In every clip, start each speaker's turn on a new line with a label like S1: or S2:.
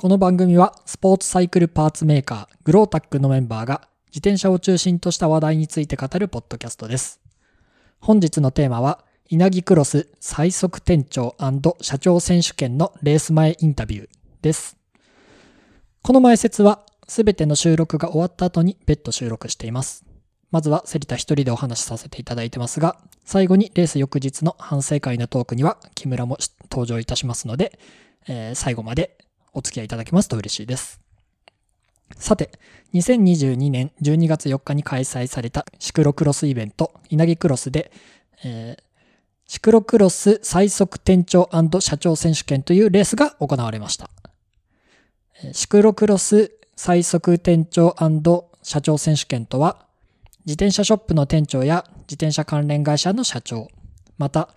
S1: この番組はスポーツサイクルパーツメーカーグロータックのメンバーが自転車を中心とした話題について語るポッドキャストです。本日のテーマは稲城クロス最速店長社長選手権のレース前インタビューです。この前説はすべての収録が終わった後に別途収録しています。まずはセリタ一人でお話しさせていただいてますが、最後にレース翌日の反省会のトークには木村も登場いたしますので、えー最後までお付き合いいただけますと嬉しいです。さて、2022年12月4日に開催されたシクロクロスイベント、稲城クロスで、えーシクロクロス最速店長社長選手権というレースが行われました。えーシクロクロス最速店長社長選手権とは、自転車ショップの店長や自転車関連会社の社長、また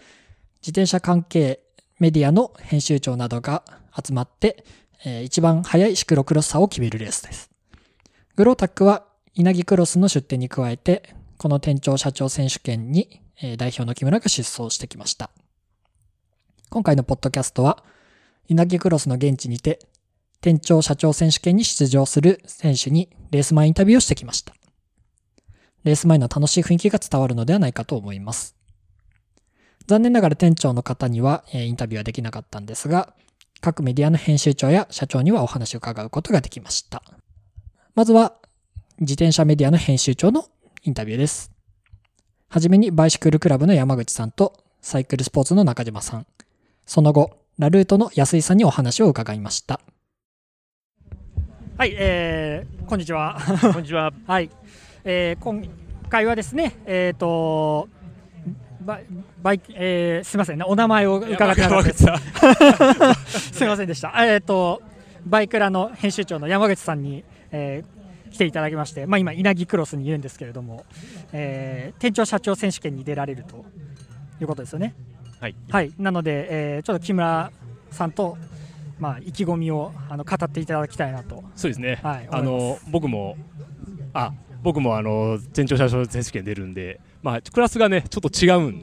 S1: 自転車関係メディアの編集長などが集まって、えー一番速いシクロクロス差を決めるレースです。グロータックは稲城クロスの出店に加えて、この店長社長選手権に、えー代表の木村が出走してきました。今回のポッドキャストは、稲城クロスの現地にて、店長社長選手権に出場する選手にレース前インタビューをしてきました。レース前の楽しい雰囲気が伝わるのではないかと思います。残念ながら店長の方には、えーインタビューはできなかったんですが、各メディアの編集長や社長にはお話を伺うことができました。まずは、自転車メディアの編集長のインタビューです。はじめにバイシクルクラブの山口さんとサイクルスポーツの中島さん、その後、ラルートの安井さんにお話を伺いました。はい、えー、こんにちは。
S2: こんにちは。
S1: はい、えー今回はですね、えっ、とバイバイキえーすみませんね、お名前を伺ってなかったです。 すみませんでした。えっ、とバイクラの編集長の山口さんに、えー来ていただきまして、まあ今稲城クロスにいるんですけれども、えー店長社長選手権に出られるということですよね。
S2: はい。
S1: はい、なので、えーちょっと木村さんと。まあ、意気込みをあの語っていただきたいなと、
S2: そうですね。
S1: はい
S2: あ
S1: 思いま
S2: の僕もあ僕もあの全長車掌選手権出るんで、まあクラスがねちょっと違うん。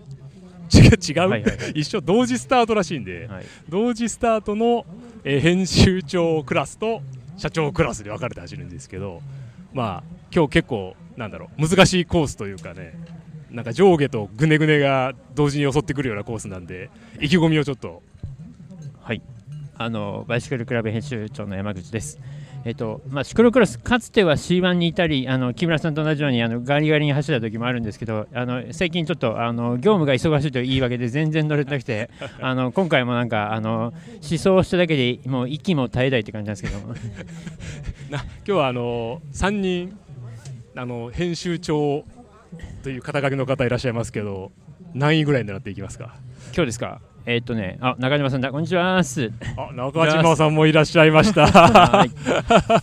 S2: 違う違う、
S3: はいはいは
S2: 一緒同時スタートらしいんで、
S3: はい、
S2: 同時スタートの、えー編集長クラスと社長クラスで分かれて走るんですけどまあ今日結構なんだろう難しいコースというかねなんか上下とぐねぐねが同時に襲ってくるようなコースなんで意気込みをちょっと
S3: あのバイシクルクラブ編集長の山口です。えっとまあ、シクロクロス、かつては C1 にいたり、あの木村さんと同じようにあのガリガリに走った時もあるんですけど、あの最近ちょっとあの業務が忙しいという言い訳で全然乗れてなくて、あの今回もなんかあの思想しただけでもう息も絶えないって感じなんですけど、
S2: な今日はあの3人あの編集長という肩書きの方いらっしゃいますけど何位ぐらいになっていきますか
S3: 今日ですか、えっとね、あ中島さんだ、こんにちはっす。
S2: あ中島さんもいらっしゃいました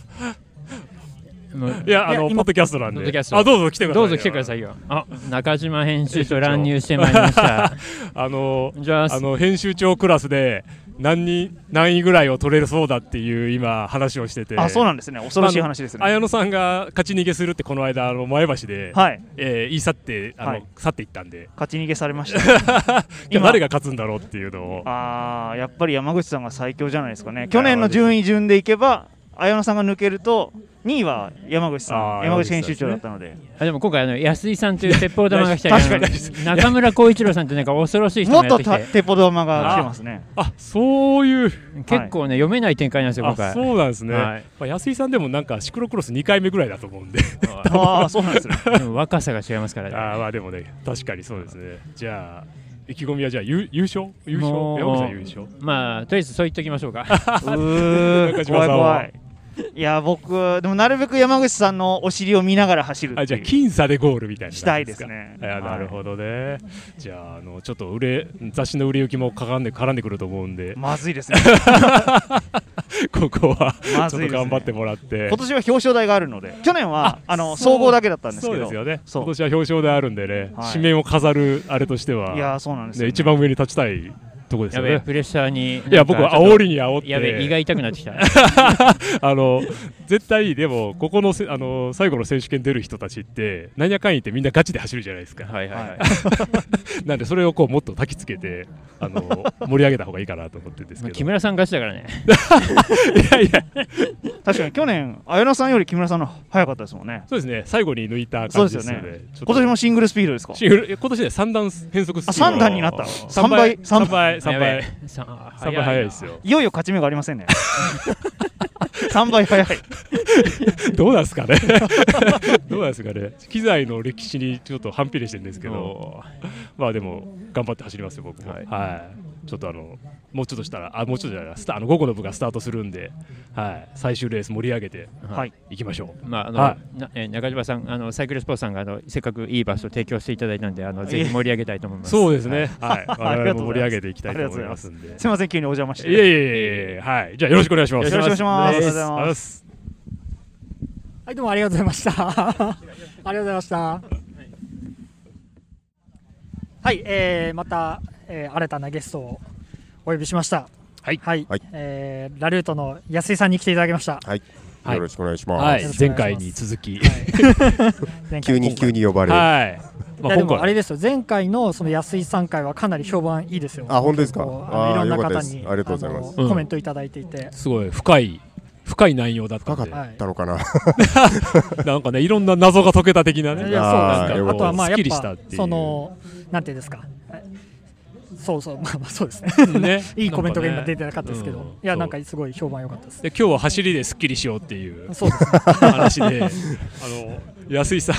S3: はいもう
S2: いやあ
S3: い
S2: の
S3: や
S2: ポッドキャストなんで
S3: ポッドキャスト
S2: あどうぞ来てください
S3: どうぞ来てくださいよ。あ中島編集長乱入してまいりました。
S2: あの
S3: じゃあ、
S2: あの編集長クラスで何人何位ぐらいを取れるそうだっていう今話をしてて
S4: あそうなんですね恐ろしい話ですね
S2: 綾野さんが勝ち逃げするってこの間あの前橋で、
S4: はい
S2: えー言い去ってあの、
S4: はい
S2: 去っていったんで
S4: 勝ち逃げされました
S2: じゃあ
S4: 今
S2: 誰が勝つんだろうっていうのを
S4: あーやっぱり山口さんが最強じゃないですかね去年の順位順でいけば綾野さんが抜けると2位は山口さ
S2: あー
S4: ん山口編集長だったので
S3: あでも今回あの安井さんという鉄砲玉が来たり
S4: 確かに
S3: あの中村浩一郎さんというなんか恐ろしい人
S4: も
S3: が
S4: っ
S3: やっ
S4: と
S3: てき
S4: た
S3: て
S4: テポドマが来てますね
S2: あそういう
S3: 結構ね読めない展開なんですよ今回
S2: あそうなんですね、
S3: はい
S2: まあ、安井さんでもなんかシクロクロス2回目ぐらいだと思うんで
S4: ああーそうなん ですね
S3: でも若さが違いますから
S2: あー
S3: ね
S2: まあでもね確かにそうですねじゃあ意気込みはじゃあ優優勝優勝
S3: もう
S2: 山口さん優勝
S3: まあとりあえずそう言っておきましょう か
S4: うー
S2: 中
S4: 怖
S2: 島さ
S4: い
S2: んは
S4: 怖いいや僕でもなるべく山口さんのお尻を見ながら走るっていう
S2: あじゃあ僅差でゴールみたいな
S4: したいですね
S2: あーなるほどね、じゃああのちょっと売れ雑誌の売れ行きも絡んで絡んでくると思うんで
S4: まずい ですね
S2: ここは
S4: ま
S2: ち
S4: ず
S2: ょ
S4: いですね
S2: っと頑張ってもらって
S4: 今年は表彰台があるので去年はあの
S2: そう
S4: 総合だけだったんです
S2: そ
S4: け
S2: うで
S4: ど
S2: すよね
S4: そう
S2: 今年は表彰であるんでね、
S4: はい
S2: 紙面を飾るあれとして
S4: い
S2: は
S4: やーそうなんですよ
S2: ね、
S4: ね
S2: 一番上に立ちたいとこです
S3: や
S2: よ
S3: べえ
S2: ね。
S3: プレッシャーに
S2: いや、僕は煽りに煽って、
S3: やべえ胃が痛くなってき た
S2: あの絶対、でも、ここのせあの最後の選手権出る人たちって、なんやかんや言ってみんなガチで走るじゃないですか。
S3: はいはいはい
S2: なんで、それをこうもっと焚きつけて、あの盛り上げた方がいいかなと思ってるんです
S3: まあ
S2: け
S3: 木
S2: ど、
S3: 村さんガチだからね
S2: いやいや、
S4: 確かに去年、綾野さんより木村さんの早かったですもんね。
S2: そうですね、最後に抜いた感じですよ
S4: そう
S2: ね。ちょっと
S4: 今年もシングルスピードですか
S2: シングル今年で三段変速スピード
S4: あ三段になった
S2: 三倍
S4: 三
S2: 三倍
S3: や
S2: 三
S3: べえ
S2: 倍
S3: さ
S2: 三倍早いですよ
S4: いよいよ勝ち目がありませんね。3倍早い。
S2: どうなんですかね どうなんですかね機材の歴史にちょっと反比例してるんですけどまあでも頑張って走りますよ僕もは、
S3: はいい
S2: ちょっとあのもうちょっとしたらあもうちょっとじゃないなスタあの午後の部がスタートするんで、はい、最終レース盛り上げて
S3: は
S4: はい。
S2: いきましょ
S3: まああの
S2: は
S3: なえー中島さん、あのサイクルスポーツさんがあのせっかくいい場所を提供していただいたんで、あのぜひ盛り上げたいと思いうます。
S2: そうですねはい、
S4: あり
S2: 我
S4: が
S2: 々
S4: とう
S2: も
S4: ございます
S2: 盛り上げていきたいと思いますんでい
S4: すみません、急にお邪魔して。
S2: えいえいえいえはいじゃあよろしくお願いします
S4: よろしくお願いします
S2: ありがと
S4: お
S2: うござ
S4: 願い
S2: い
S4: しま
S2: ます
S1: はい、どうもありがとうございました。ありがとうございました。はい、えー、また、えー、新たなゲストをお呼びしました。
S2: はい
S1: はい、
S5: はい
S1: えーラルートの安井さんに来ていただきました。は
S2: はい
S5: よろしくお願いします。
S2: はい
S1: よろしくお
S2: 前
S1: 願いします
S2: 回に続き
S1: い
S5: 急に急
S1: に。
S5: に呼ばれる。あ、
S2: はい。
S1: い
S2: ま
S1: や
S2: あ、
S1: で
S2: 今
S1: もあれ
S2: 回、
S1: ですよ前回のその安井さん会はかなり評判いいですよ。
S5: 本当ですか。
S1: こうあのい
S5: あ
S1: ろ
S5: ー
S1: んな
S5: よかった
S1: 方
S5: です。あ
S1: に
S5: りがとうございます。
S1: あの
S2: うん
S1: コメントいただいていて、
S2: すごい深い、深い内容だった
S5: 深
S2: ん
S5: か
S2: で、
S1: は
S5: ったのかな。
S2: なんかね、いろんな謎が解けた的ないね。
S1: や
S5: い
S1: そ
S5: や
S1: うです
S5: あー
S1: ね。あとはまあ
S2: す
S1: や
S2: っ
S1: っ
S2: きりした
S1: ぱ
S2: っていう
S1: そのなんていうんですか。はいそうそうまあまあそうです ね。
S2: ね
S1: いいコメントが今出てなかったですけど、
S2: なんかね
S1: いやなんかすごい評判良かったです。
S2: で今日は走りですっきりしようっていう
S1: そうですね。
S2: 話で、あの安井さん、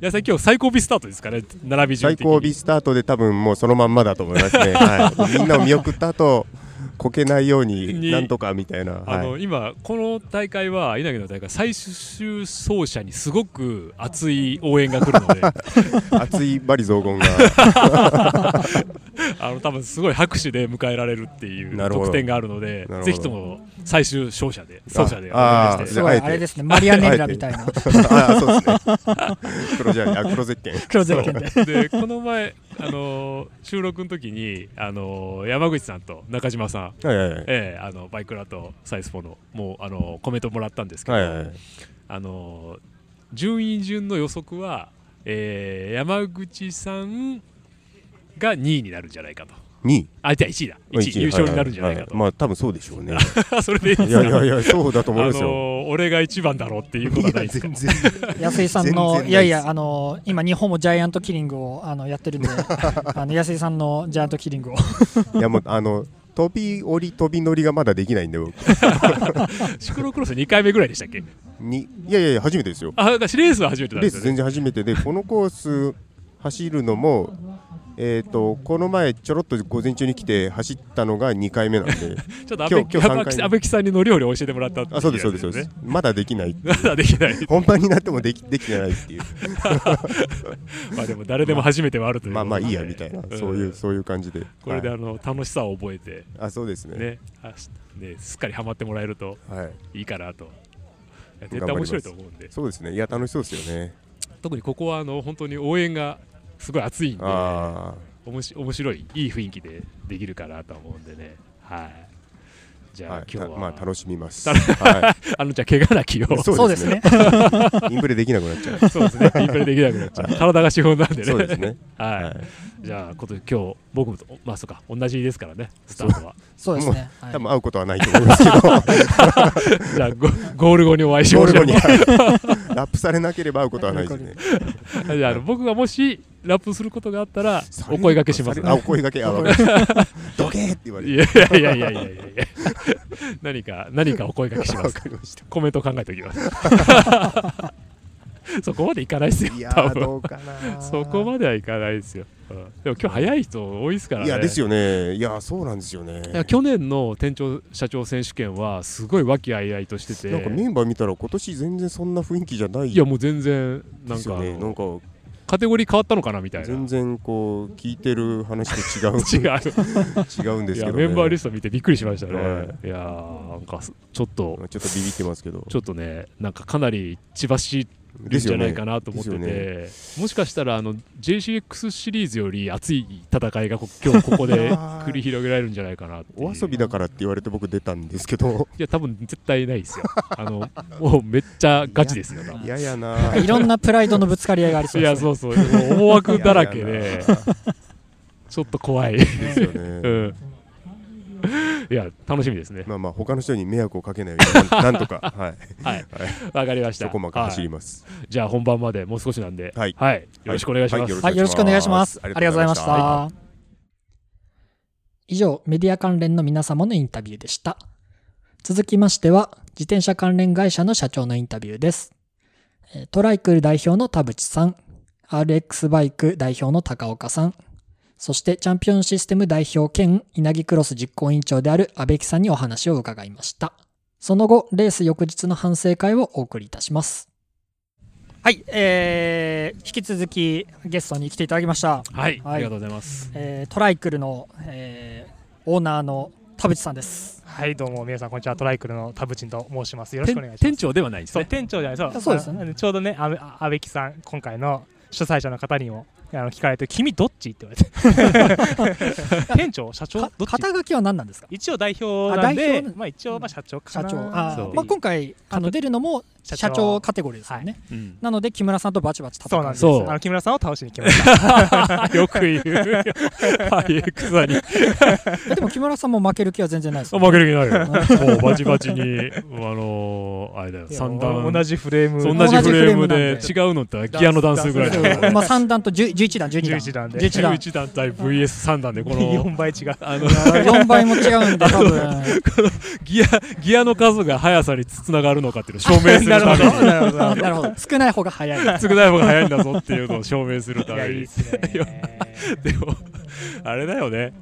S2: 安井、今日最高尾スタートですかね、並び順
S5: 最
S2: 的に
S5: 高尾スタートで多分もうそのまんまだと思いますね。はい。みんなを見送った後、こけないよう
S2: に
S5: になんとかみたいな。
S2: あの、
S5: はい。
S2: 今、この大会は、稲城の大会、最終走者にすごく熱い応援が来る ので、
S5: 熱いバリ 雑言が。
S2: あの多分すごい拍手で迎えられるっていう
S5: なるほど
S2: 得点があるので
S5: なるほど
S2: ぜひとも最終勝者で走者でお
S5: あ
S2: 願いして
S5: ー
S1: すごいあれですね。マリアネッラみたいな
S5: あ、そうですね。 黒じゃない、あ、黒ゼッケン。
S1: 黒ゼッケンで。
S2: でこの前、あのー収録の時にあのー山口さんと中島さん、
S5: はいはいはい。
S2: ええあのバイクラとサイスポのもう、あのーコメントもらったんですけど、
S5: はいはいはい。
S2: あのー順位順の予測は、えー山口さんが2位になるんじゃないかと。
S5: 二位。
S2: あ、じゃあ1位だ。1位、優勝になるんじゃないかと。
S5: はははまあ多分そうでしょうね。
S2: それでいいで
S5: い
S2: す
S5: や
S2: か
S5: いやいや、そうだと
S2: あ
S5: 思い
S2: の
S5: ますよ。
S2: ー俺が一番だろうっていうことはないですか
S5: 全然。
S1: 安井さん
S5: 全然ない
S1: の
S5: です
S1: いやいやあの今日本もジャイアントキリングをあのやって るんであの安井さんのジャイアントキリングを
S5: いやもうあの飛び降り飛び乗りがまだできないんで僕
S2: シクロクロス2回目ぐらいでしたっけ
S5: にいやいやいや初めてですよ。
S2: あ、だからシレースは初めてなん
S5: レ
S2: で
S5: ー
S2: す
S5: ス
S2: よね。
S5: 全然初 めてでこのコース走るのも。えー、とこの前、ちょろっと午前中に来て走ったのが2回目なん で、
S2: ちょっと安
S5: 今日
S2: 倍
S5: 今日
S2: 安
S5: 三回
S2: 倍
S5: 目
S2: 安倍木さんに乗り降りを教えてもらったってい
S5: あそうです、そう
S2: や
S5: です、
S2: つ
S5: そうで
S2: ね
S5: す、まだできない、
S2: まだでき ない。
S5: 本番になってもできできてないっていう、
S2: まあでも誰でも初めてはあるという
S5: まあまあいいや
S2: ことで
S5: みたいな、
S2: ん
S5: そういうそういう感じで、
S2: これで
S5: は
S2: あ
S5: い
S2: の楽しさを覚えて
S5: あそうですね
S2: ね、あしねすっかりハマってもらえると
S5: はい、
S2: いいかなと。いや絶対面白いと思うんで、
S5: そうですね、いや、楽しそうですよね、
S2: 特にここはあの本当に応援がすごい熱いんで、
S5: あ
S2: おもし面白いいい雰囲気でできるかなと思うんでね。はい。じ
S5: ー、
S2: ゃあ
S5: はい、
S2: 今
S5: た
S2: 日は
S5: まあ楽しみます、
S2: 楽
S5: は
S2: あのじゃあ怪我なきよ
S5: い、
S2: う。
S1: そうですね、
S5: インプレできなくなっちゃ う、
S2: そうですね。インプレできなくなっちゃう。体が資本なんでね。
S5: そうですね、
S2: はい。
S5: はい
S2: じゃあ今年今日僕もまあそうか同じですからねスタートは。
S1: そうですね、はい
S5: 多分会うことはないと思いますけど、
S2: じゃあゴゴール後にお 会いし
S5: ゴ
S2: ま
S5: ー
S2: し
S5: ル
S2: ょ
S5: 後
S2: う
S5: に。ラップされなければ会うことはないですね。
S2: じゃああの僕がもしラップすることがあったらお声掛けします。
S5: あ、お声掛け、あ、わかりま した。どけーって言われ
S2: い
S5: る。
S2: やいやいやいやいやいや。何か何かお声掛けしま
S5: わ
S2: す。
S5: かりました。
S2: コメントを考えておき ます。そこまでいかないですよ
S5: い。や
S2: 多
S5: ー、
S2: 分
S5: どうかな。
S2: そこまではいかないですよ。うんでも今日早い人多いですからね。
S5: いや、ですよね。いや、そうなんですよね。
S2: いや去年の店長社長選手権はすごい和気あいあいとしてて
S5: なんかメンバー見たら、今年全然そんな雰囲気じゃない。
S2: いやもう全然な
S5: で
S2: ん
S5: す
S2: か,、
S5: よね。なんか、
S2: カテゴリー変わったのかなみたいな
S5: 全然こう、聞いてる話と違う。
S2: 違う
S5: 違うんで
S2: い
S5: すけ
S2: や
S5: ど。
S2: メンバーリ
S5: ス
S2: スト見てびっくりしましたね、、
S5: はい
S2: やーなんかすちょっと
S5: ちょっとビビってますけど。
S2: ちょっとねなんかかなり千葉市
S5: で
S2: るん
S5: す
S2: じ
S5: よ
S2: ゃ
S5: ね
S2: ないかなと思ってて、もしかしたらあの JCX シリーズより熱い戦いがこ今日ここ で繰り広げられるんじゃないかなっていう
S5: お遊びだからって言われて僕出たんです けど
S2: いや多分絶対ない ですよあのもうめっちゃガチですよ多分
S5: 嫌やな
S1: いろんなプライドのぶつかり合いがありそう
S2: い
S1: で
S2: や
S1: すね。
S2: そうそうもう思惑だらけ
S5: 嫌や
S2: で
S5: な
S2: ちょっと怖い、
S5: ですよ
S2: う
S5: ね
S2: ん、いや楽しみですね
S5: まあまあ他の人に迷惑をかけないようになんなん とかはい
S2: わかりました
S5: 一コマか走り
S2: は
S5: ます
S2: いじゃあ本番までもう少しなんでは
S5: はい
S2: よろしくお願いします、
S5: はい
S1: はい、よろしくお願いします。あ
S5: あ
S1: り
S5: り
S1: がと
S5: がと
S1: う
S5: う
S1: ご
S5: ご
S1: ざ
S5: ざ
S1: い
S5: い
S1: ま
S5: ま
S1: し
S5: した
S1: た。以上、メディア関連の皆様のインタビューでした。続きましては、自転車関連会社の社長のインタビューです。えートライクル代表の田淵さん、RX バイク代表の高岡さん、そしてチャンピオンシステム代表兼稲城クロス実行委員長である阿部木さんにお話を伺いました。その後、レース翌日の反省会をお送りいたします。はい、えー、引き続きゲストに来ていただきました。
S2: はい、
S1: はい
S2: ありがとうございます
S1: えートライクルの、えーオーナーの田淵さんです。
S6: はい、どうも皆さん、こんにちは。トライクルの田淵と申します。よろしくお願い
S2: 店
S6: しま
S2: 店
S6: す。
S2: 長ではないです
S6: そう、
S2: ね
S6: 店長じゃない、そ
S1: あ
S6: う、
S1: そうですよね
S6: あのちょうどね、あべあ阿部木さん、今回の主催者の方にもあの聞かれて、君どっちって言わ れて、店長、社長、ど
S1: か
S6: っち
S1: 肩書きは何なんですか
S6: 一応代表なん
S1: あ代
S6: で、
S1: 表
S6: まあ一応まあ社長か
S1: 社
S6: な
S1: 長。あ
S2: そ
S1: ー
S2: う
S1: まあ、今回あの出るのも
S6: 社長
S1: 社長カテゴリーですよね。
S2: うん
S1: なので木村さんとバチバチ戦う。
S6: そうなんです。あ
S2: そう
S6: の木村さんを倒しに来ました。
S2: よく言うよ。ハイエクサに。
S1: えでも木村さんも負ける気は全然ないです、
S2: 負ける気 ないよ。もうバチバチに、あのー、あれだよ、三段。
S6: 同じフレーム、
S2: そう同じフレーム
S1: 同
S2: で
S1: じ
S2: 違うのってギアの段数ぐらいだ
S1: そう
S2: よ。
S1: まあ3段と10 11段、12段。
S6: 11段で
S1: 11段。
S2: 11団体 VS3 段 でこの
S6: 4倍違う。
S2: あの
S1: 4倍も違うんで、多分。
S2: ギアギアの数が速さにつながるのかっていうのを証明す るために
S6: なるほ
S1: なるほど。少ない方が早い。
S2: 少ない方が速いんだぞっていうのを証明するた
S6: いや、
S2: め
S6: いいで
S2: に
S6: すね。
S2: でもあれだよね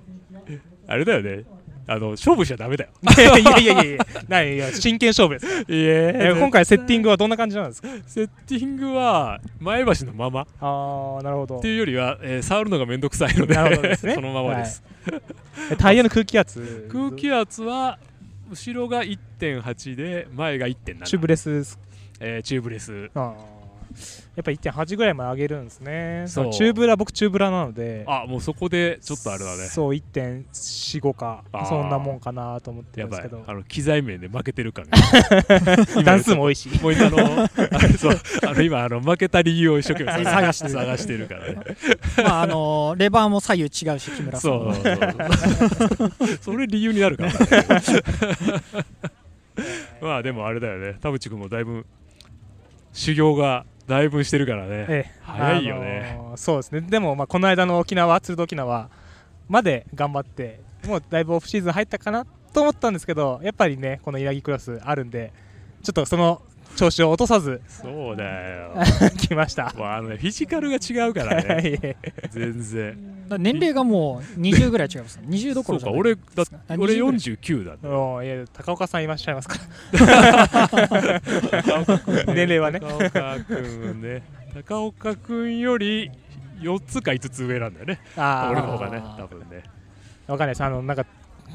S2: あれだよねあの勝負しちゃダメだよ
S6: い やいやいやいや、ないいや真剣勝負です。
S2: いえ
S6: え今回セッティングはどんな感じなんですか
S2: セッティングは前橋のままっ
S6: ああ、なるほど
S2: て。いうよりは、えー触るのがめんどくさいので
S6: なるほどです ね
S2: そのままです、
S6: えタイヤの空気圧。
S2: 空気圧は後ろが1.8で前が1.7
S6: チューブレスです
S2: えーチューブレス
S6: あーやっぱ1.8ぐらいまで上げるんですね
S2: そう
S6: チューブラ僕チューブラなので
S2: あもうそこでちょっとあれだね
S6: そう1.45か
S2: あー
S6: そんなもんかなと思って
S2: や
S6: るんで
S2: ば
S6: すけ
S2: い
S6: ど
S2: あの機材面で負けてるから、 ね、
S6: 段数も多いし
S2: もう今あのあれそうあの今あの負けた理由を一生懸命
S1: 探してる
S2: 探してるからね
S1: まあ、あの、レバーも左右違うし、木村さん
S2: そ
S1: は。
S2: うそうそうそれ理由になるからね まあでもあれだよね田淵君もだいぶ修行がだいぶしてるからね
S6: ええ
S2: 早いよね
S6: あのーそうですねでもまあこの間の沖縄ツールド沖縄まで頑張ってもうだいぶオフシーズン入ったかなと思ったんですけどやっぱりねこの稲城クロスあるんでちょっとその調子を落とさず
S2: そうだよ
S6: 来ました
S2: まああのねフィジカルが違うから ね
S6: いえ
S2: 全然
S1: だから年齢がもう20ぐらい違います。20どころ
S2: そう
S1: じゃ
S2: か
S1: ない
S2: 俺だ
S1: ですかあ20
S2: 俺
S1: ぐらい
S2: 49だ
S6: もういや高岡さんいらっしゃいますから年齢はね
S2: 高岡君ね高岡君より4つか5つ上なんだよね
S6: あー
S2: 俺の方がね多分ね
S6: わかんないです。あの、なんか、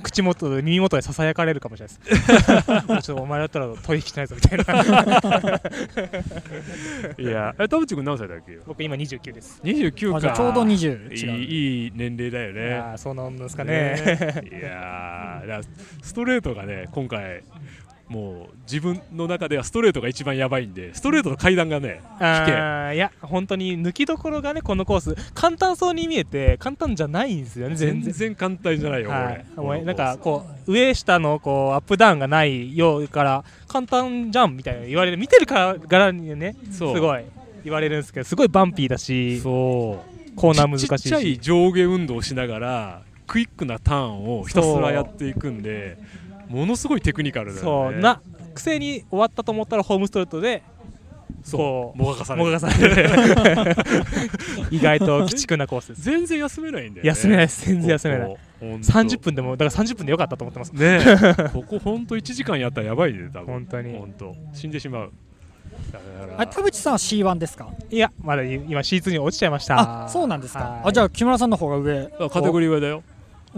S6: 口元、耳元でささやかれるかもしれないです。もうちょっとお前だったら取引しないぞみた いな。
S2: いやえ田淵君何歳だっけよ
S6: 僕今29です。
S2: 29
S1: あじゃ
S2: か
S1: あちょうど20
S2: い
S1: 違う。
S2: いいい年齢だよね
S6: ああ、そうなんですかね。
S2: ね いやーだからストレートがね今回もう自分の中ではストレートが一番やばいんでストレートの階段がね
S6: あーいや、本当に抜きどころがね、このコース、簡単そうに見えて、簡単じゃないんですよね、全
S2: 全
S6: 然。
S2: 然簡単じゃないよ、
S6: は
S2: これ
S6: い、もう
S2: この
S6: なんか
S2: コー
S6: こう上下のこうアップダウンがないようから簡単じゃんみたいな言われる見てるから柄にね
S2: ス
S6: す
S2: そう
S6: ごい言われるんですけどすごいバンピーだし
S2: そう
S6: コーナー難しいし
S2: ちちっちゃい上下運動をしながらクイックなターンをひたすらやっていくんでものすごいテクニカルだ
S6: そ
S2: よ
S6: う
S2: ね
S6: なくせに終わったと思ったらホームストレートで
S2: そ
S6: こ
S2: う
S6: う
S2: もがかされ
S6: も
S2: る
S6: がかされる 意外と鬼畜なコー スです
S2: 全然休めないんだよね
S6: 休めないです全然休めない
S2: ここほんと
S6: 30分でもだから30分でよかったと思ってます
S2: ねえここほんと1時間やったらやばいね多分
S6: 本当に
S2: ほんと死んでしまうだから
S1: あ田淵さんは C1 ですか
S6: いやまだ今 C2 に落ちちゃいました
S1: あそうなんですか
S6: はい
S1: あじゃあ木村さんの方が上
S2: あカテゴリー上だよ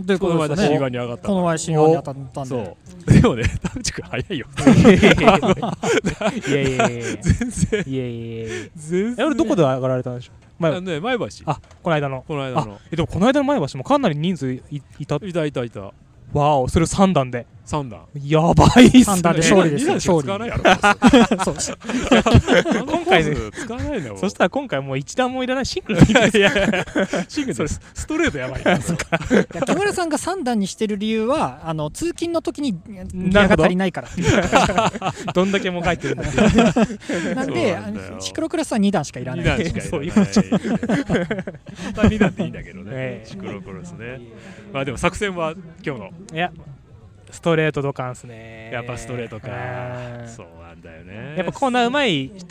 S1: という
S2: こ
S1: こ
S2: の
S1: と
S2: 前
S1: で
S2: だ
S1: す
S2: C1
S1: ね。
S2: に上がった
S1: この前、新用に当たったんで。
S2: そうでもね 田口君早いよ
S6: いやいやいやいや
S2: 全然
S6: いやいやいや
S2: 全
S6: え俺どこで上がられたんでしょう前
S2: あね前橋
S6: あこの間の
S2: この間の
S6: えでもこの間の前橋もかなり人数いいた
S2: いたいたいた
S6: わおそれを3段で
S2: 三段
S6: やばいっすね
S1: 三段で勝利ですよ
S2: 二段しか使わないやろ今
S1: そう。
S6: 回ね
S2: 使わないのよ
S6: そしたら今回もう一段もいらないシングルでいいです
S2: シングルそれストレートやばいな
S1: いや木村さんが3段にしてる理由はあの通勤の時にギ
S6: な
S1: アが
S6: るほど
S1: 足りないから
S6: どんだけもう書いてるんだって
S1: なん
S2: そう
S1: で
S2: なんだよ
S1: あのシクロクラスは2段しかいら
S2: 二
S1: ない
S2: 段しかいらない
S6: そういう
S2: 本当は二段でいいんだけどね
S6: ええ
S2: シクロクロスねまあでも作戦は今日の
S6: いやストレートドカンっすね
S2: やっぱストレート
S6: う
S2: か
S6: ん
S2: そうなんだよね
S6: やっぱコーナーうまい人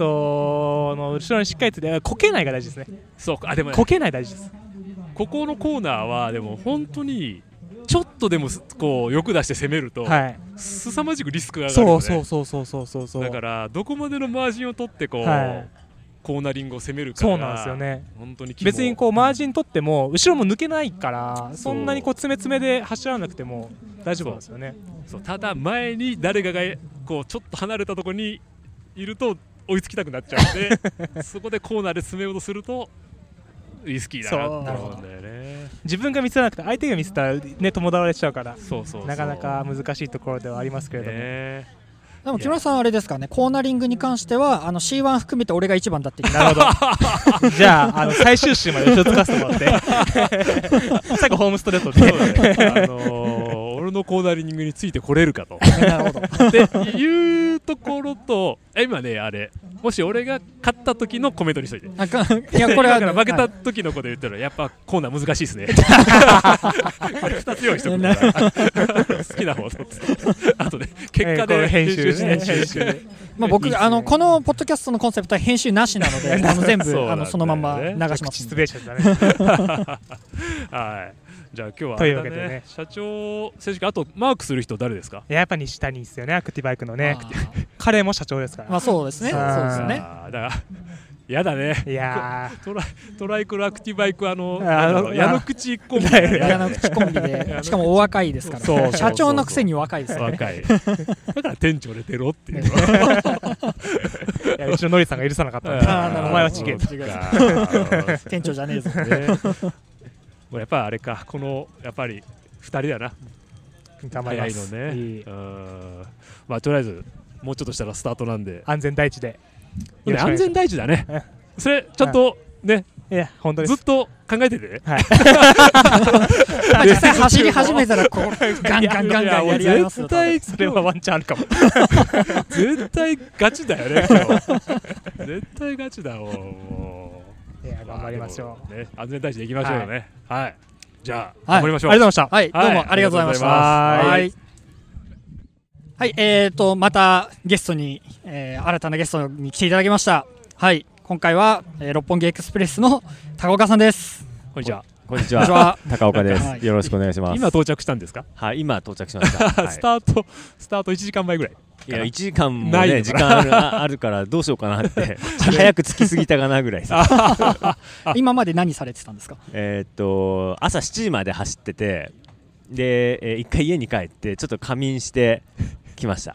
S6: の後ろにしっかりついてこけないが大事ですね
S2: そうかあでもね
S6: こけない大事です
S2: ここのコーナーはでも本当にちょっとでもすこう欲出して攻めると、
S6: はい
S2: 凄まじくリスクが上がるよ
S6: そ
S2: ね
S6: うそうそうそうそうそうそう
S2: だからどこまでのマージンを取ってこう、
S6: はい
S2: コーナリングを攻めるかが
S6: そうなんですよね
S2: 本当に
S6: 別にこうマージン取っても後ろも抜けないから
S2: う
S6: そんなにこう詰め詰めで走らなくても大丈夫なんですよね
S2: うそうただ前に誰かがこうちょっと離れたところにいると追いつきたくなっちゃうん でそこでコーナーで詰めようとするとリスキーだなって思うんだよね
S6: 自分が見せなくて相手が見せたらね友達われしちゃうから
S2: そうそうそう
S6: なかなか難しいところではありますけれども、
S2: ね
S1: でも木村さんはあれですからねコーナリングに関してはあの C1 含めて俺が1番だって言って
S6: なるほどじゃああの最終週まで後ろつかせてもらって 最後ホームストレートで
S2: そうだねあのー俺のコーナリングについてこれるかと
S1: たなるほど
S2: っていうところとえ今ねあれもし俺が勝った時のコメントにしといて
S1: あかんい やこれは
S2: だから負け
S1: は
S2: た
S1: い
S2: 時のこと言ったらやっぱコーナー難しいです ねこれ2つ用意しとくから好きな方とってあとね結果
S6: えーこ
S2: で
S6: れ
S2: 編
S6: 編
S2: 集
S6: 集
S2: し
S6: してて
S2: 編集 して
S1: まあ
S6: いいっ
S1: 僕
S6: すね
S1: あのこのポッドキャストのコンセプトは編集なしなのであの全
S2: そ
S1: 部
S2: うなんだよね
S1: あのそのまんま流します
S6: 口
S1: んで
S6: 滑っちゃったね
S2: はいじゃあ今日はあ
S6: とい
S2: れ
S6: う
S2: だ
S6: わけでね
S2: 社長選手権あとマークする人誰ですか
S6: やっぱ西谷ですよねアクティバイクのね
S1: あ
S6: 彼も社長ですか
S1: ーま
S6: ら
S1: あそうですね
S6: そ
S1: そううですよね
S2: あーだからやだね
S6: いや
S2: トラトライクルアクティバイクあの
S6: あー
S2: なんだろ
S6: あ
S2: う
S6: の
S2: 矢野口コンビ
S1: 矢野口コンビ でしかもお若いですか
S2: そうそう
S1: ら
S2: そう
S1: 社長のくせに若いですよね
S2: 若いだから店長で出ろっていう
S6: ーいやうちのノリさんが許さなかったんで
S1: あーなるほど
S6: お前は違え
S2: そうか
S1: 店長じゃねえぞ
S2: ね、もうやっぱあれか、このやっぱり2人だな、
S6: 頑張り
S2: 早
S6: ま
S2: いの
S6: す
S2: ね。
S6: いいう
S2: ーんまあ、とりあえず、もうちょっとしたらスタートなんで、
S6: 安全第一で
S2: ね
S6: よろしくお願
S2: 安
S6: いし
S2: 全第一だね
S6: うん。
S2: それ、ちゃんとね、
S6: ますいや本当で
S2: ずっ
S6: す
S2: と考えててね。
S1: まあ実際走り始めたらこうガンガンガンガンやり合います
S2: 絶
S1: よ
S2: 対、
S6: それはワンチャンあるかも
S2: 絶対ガチだよね、今日絶対ガチだよ、も
S6: いうや頑張りましょう
S2: あでもね、安全第一でいきましょうよね。はい。じゃあ、
S1: はい
S2: 頑張りましょう。
S6: ありがとうございました
S1: はい、どう
S2: はい
S1: もありがとうございました。
S2: あ
S1: は
S2: り
S1: い。はい、えっ、と、またゲストに、えー新たなゲストに来ていただきました。はい、今回は、えー六本木エクスプレスの高岡さんです。
S2: こんにちは。
S7: こんにち
S1: こんにち
S7: は。
S1: は。
S7: 高岡で
S1: はい
S7: す。よろしくお願いします。
S2: 今到着したんで すか、
S7: はい、今到着しま した。はい
S2: スタート、スタート1時間前ぐらい。
S7: いや、1時間も
S2: ないのか
S7: ね、時間あるああるから、どうしようか なって、早く着きすぎたかなぐらいです。
S1: 今まで何されてたんです か。
S7: えーっと、朝7時まで走ってて、で、えー一回家に帰って、ちょっと仮眠してきました。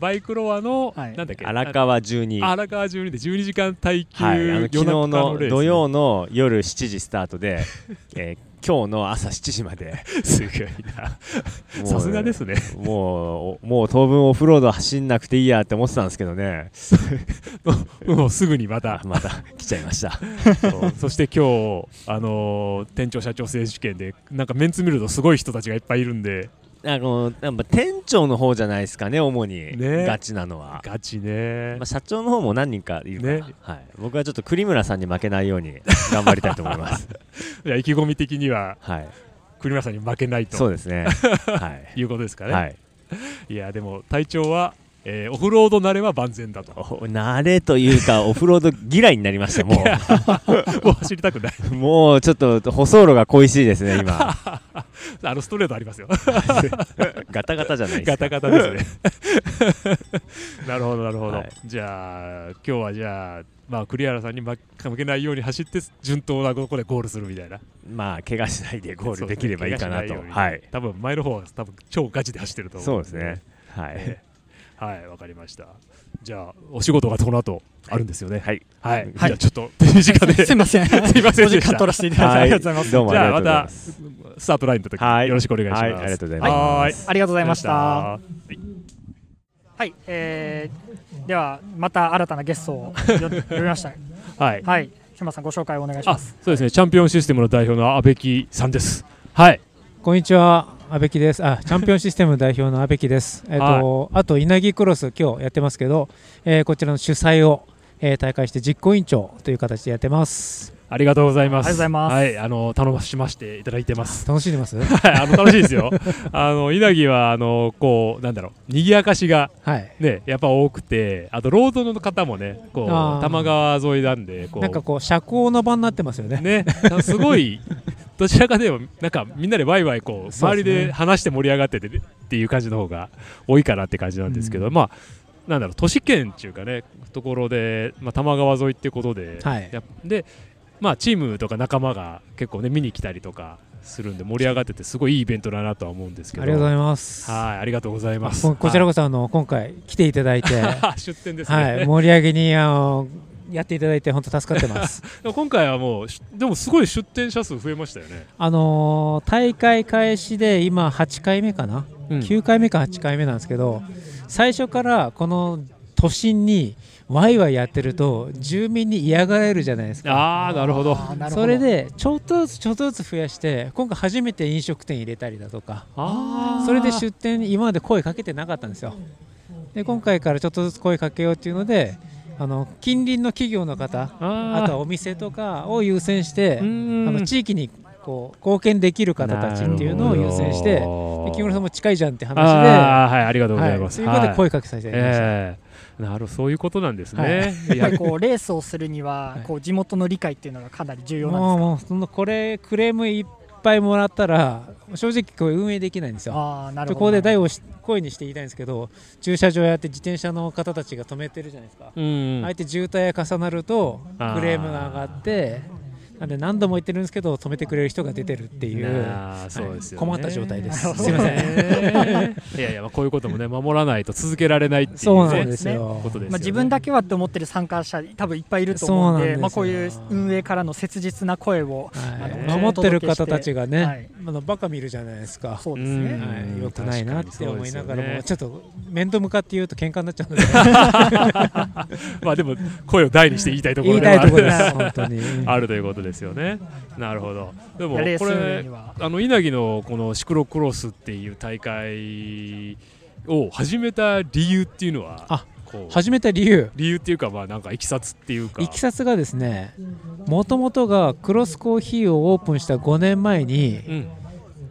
S2: バイクロアの、
S1: はい
S2: なんだっけ
S7: 荒川12。
S2: あ荒川12で12時間耐久、
S7: はい、あの
S2: 夜
S7: 昨日
S2: 中
S7: の
S2: レース
S7: 土曜の夜7時スタートで、えー今日の朝7時まで、
S2: すごいな
S7: もう
S2: さすがですね
S7: もう、もう当分オフロード走んなくていいやって思ってたんですけどね、
S2: もうすぐにま た
S7: また来ちゃいました。
S2: そうそして今日あのー店長社長選手権でなんかメンツ見るとすごい人たちがいっぱいいるんで
S7: あのやっぱ店長の方じゃないですかね、主に、
S2: ね
S7: ガチなのは。
S2: ガチね
S7: まあ、社長の方も何人かいるから、
S2: ね
S7: はい、僕はちょっと栗村さんに負けないように 頑張りたいと思います。
S2: じゃあ意気込み的には
S7: はい、
S2: 栗村さんに負けない
S7: そう
S2: と
S7: ですね。 はい。
S2: いうことですかね、、
S7: はいい、
S2: やでも体調は、えーオフロード慣れは万全だ と
S7: お慣れというか、オフロード嫌いになりました、も
S2: もう走りたくない
S7: う。 もうちょっと舗装路が恋しいですね、今。
S2: あのストレートありますよ
S7: ガタガタじゃないです
S2: ガ
S7: か。
S2: タガタですね なるほどなるほど、
S7: はい
S2: じゃあ今日はじゃあまあ栗原さんに負け負けないように走って順当なとこでゴールするみたいな
S7: まあ怪我しないでゴールできればいいかな
S2: そう
S7: と
S2: ですね怪我しな
S7: は
S2: よ
S7: い
S2: う
S7: い
S2: に多分前の方は多分超ガチで走ってると思
S7: そうですねはい
S2: ええはい、わかりました。じゃあ、お仕事がこの後 あるんですよね。はい。はい。じゃあ、ちょっと、手短で。
S1: すいません。
S2: す いません
S1: お時
S2: でし
S1: 間
S2: た
S1: 取らせていただいてあ
S7: は
S1: り
S7: い
S1: がとうございます。
S7: どうも
S2: じ
S7: あ
S2: ゃあ、ま
S7: りがとうござい
S2: た
S7: ます、
S2: スタートラインの時、
S7: はい
S2: よろしくお願いします。
S7: はいありがとうございます
S2: はーい。
S1: ありがとうございまし
S2: ありが
S1: た
S2: とうございま。
S1: はい、えーではまた新たなゲストを呼びました。
S2: した はい。
S1: はい、木村さんご紹介をお願いし
S2: あ、
S1: ま
S2: そ
S1: す。
S2: うですね。チャンピオンシステムの代表の阿部木さんです。はい。
S8: こんにちは、阿部木です。あ、チャンピオンシステム代表の阿部木です。えっと、あと稲城クロス今日やってますけど、えーこちらの主催を、えー大会して実行委員長という形でやってます。
S2: ありがとうございます。
S1: ありがとうございます
S2: はい、あの、頼ましましていただい てます。
S8: 楽しんでます？
S2: はい、あの、楽しいですよ。あの、稲城は、あの、こう、なんだろう、賑やかしが、
S8: はい。
S2: ね、やっぱ多くて、あと、ロードの方もね、こう、
S8: あー
S2: 多摩川沿いなんで、こう、
S8: なんかこう社交の場になってますよね。
S2: ね、すごい、どちらかでも、なんかみんなでワイワイこう、
S8: そう
S2: 周
S8: で
S2: り
S8: すね
S2: で話して盛り上がっててっていう感じの方が多いかなって感じなんですけど、
S8: う
S2: まあ、なんだろう、都市圏っていうかね、ところで、まあ、多摩川沿いってことで、
S8: はい。
S2: やっで、まあ、チームとか仲間が結構ね、見に来たりとかするんで、盛り上がってて、すごいいいイベントだなとは思うんですけど、
S8: ありがとうございます。
S2: はい、ありがとうございます。
S8: ここちらこそあの今回来ていただいて、
S2: はい出店ですね、
S8: はい、盛り上げにあのやっていただいて本当助かってます。
S2: で も今回はもうしでもすごい出店者数増えましたよね、
S8: あのー大会開始で今8回目かな、
S2: うん
S8: 9回目か8回目なんですけど最初からこの都心にワイワイやってると住民に嫌がられるじゃないですか
S2: ああなるほど
S1: あなるほど
S8: それでちょっとずつちょっとずつ増やして今回初めて飲食店入れたりだとか
S2: あー
S8: それで出店に今まで声かけてなかったんですよで今回からちょっとずつ声かけようっていうのであの近隣の企業の方
S2: あ
S8: あとはお店とかを優先して
S2: あ
S8: あの
S2: の
S8: 地域にこう貢献できる方たちっていうのを優先してで木村さ
S2: も
S8: んも近いじゃんって話で、
S2: あーはいありがとうござ
S8: はいい、
S2: ます。
S8: ということで
S2: はい
S8: 声かけさせていただきました。
S2: ええなるそういうことなんですね。い
S1: や
S2: や
S1: っぱりこう レースをするには
S8: はい
S1: こう地元の理解っていうのがかなり重要なん
S8: も
S1: です
S8: う
S1: か。
S8: もうそのこれクレームいっぱいもらったら正直これ運営できないんですよ。
S1: ああーなる
S8: こ
S1: ほど。
S8: こで大をし声にして言いたいんですけど駐車場やって自転車の方たちが止めてるじゃないですか、
S2: うん
S8: あえて渋滞が重なると
S2: あー
S8: クレームが上がってなんで何度も言ってるんですけど止めてくれる人が出てるっていう
S2: なあそうですよね
S8: 困った状態です
S2: そうね
S8: すいません
S2: いやいやまあこういうこともね守らないと続けられないっていうね
S8: そうなんですよ
S2: ことですよね。
S1: まあ自分だけはって思ってる参加者多分いっぱいいると思うの
S8: そうなん
S1: で、
S8: ですよ
S1: まあこういう運営からの切実な声を
S8: は
S1: あの
S8: い、守ってる方たちがね、
S1: はい
S8: あのバカ見るじゃないですか。
S1: そうですね。
S2: うん
S8: はい、よくないなっ
S2: 確か
S8: て
S2: にそう
S8: 思
S2: で
S8: い
S2: すよ
S8: な
S2: ね
S8: がらも、ちょっと面と向かって言うと喧嘩になっちゃうので
S2: まあでも声を大にして言いたいところ
S8: 言い
S2: ではあ
S8: たい
S2: る
S8: ところです本当に
S2: あるということですよね。なるほど。でも
S1: レース
S2: こ
S1: 運営
S2: れ
S1: には。
S2: あの稲城のこのシクロクロスっていう大会を始めた理由っていうのは、
S8: あ
S2: こう
S8: 始めた理由
S2: 理由っていうかまあなんかいきさつっていうか、
S8: いきさつがですねもともとがクロスコーヒーをオープンした5年前に、
S2: うん、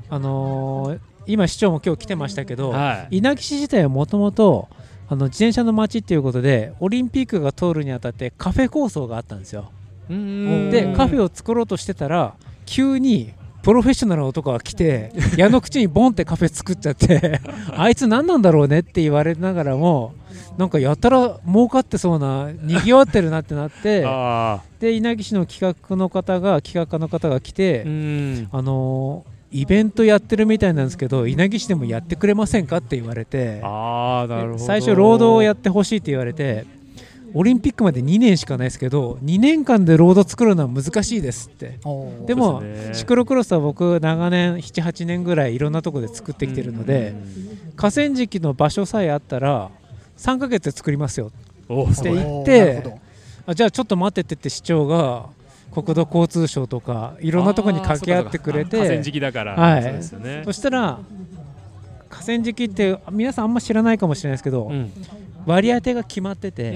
S8: あのー今市長も今日来てましたけど、
S2: はい、
S8: 稲城市自体はもともとあの自転車の街っていうことでオリンピックが通るにあたってカフェ構想があったんですよでカフェを作ろうとしてたら急にプロフェッショナルの男が来て矢の口にボンってカフェ作っちゃって あいつ何なんだろうねって言われながらもなんかやたら儲かってそうなにぎわってるなってなっ て
S2: ああ、
S8: で稲城市の企画の方が企画家の方が来て、
S2: うん、
S8: あのーイベントやってるみたいなんですけど稲城市でもやってくれませんかって言われて
S2: ああなるほど。
S8: 最初労働をやってほしいって言われてオリンピックまで2年しかないですけど2年間で労働作るのは難しいですって
S1: おー
S8: で
S2: そ
S8: も
S2: うですね
S8: シクロクロスは僕長年78年ぐらいいろんなとこで作ってきてるので河川敷の場所さえあったら3ヶ月で作りますよ
S2: おそう
S8: で行っ
S1: おーなる
S8: て
S1: ほど
S8: あじゃあちょっと待ってってって市長が国土交通省とかいろんなとこに掛け合ってくれ
S2: あーそうかそうかあ河
S8: て
S2: 川敷だから、
S8: はい
S2: そうですよね
S8: そ。したら河川敷って皆さんあんま知らないかもしれないですけど、
S2: うん
S8: 割り当てが決まってて、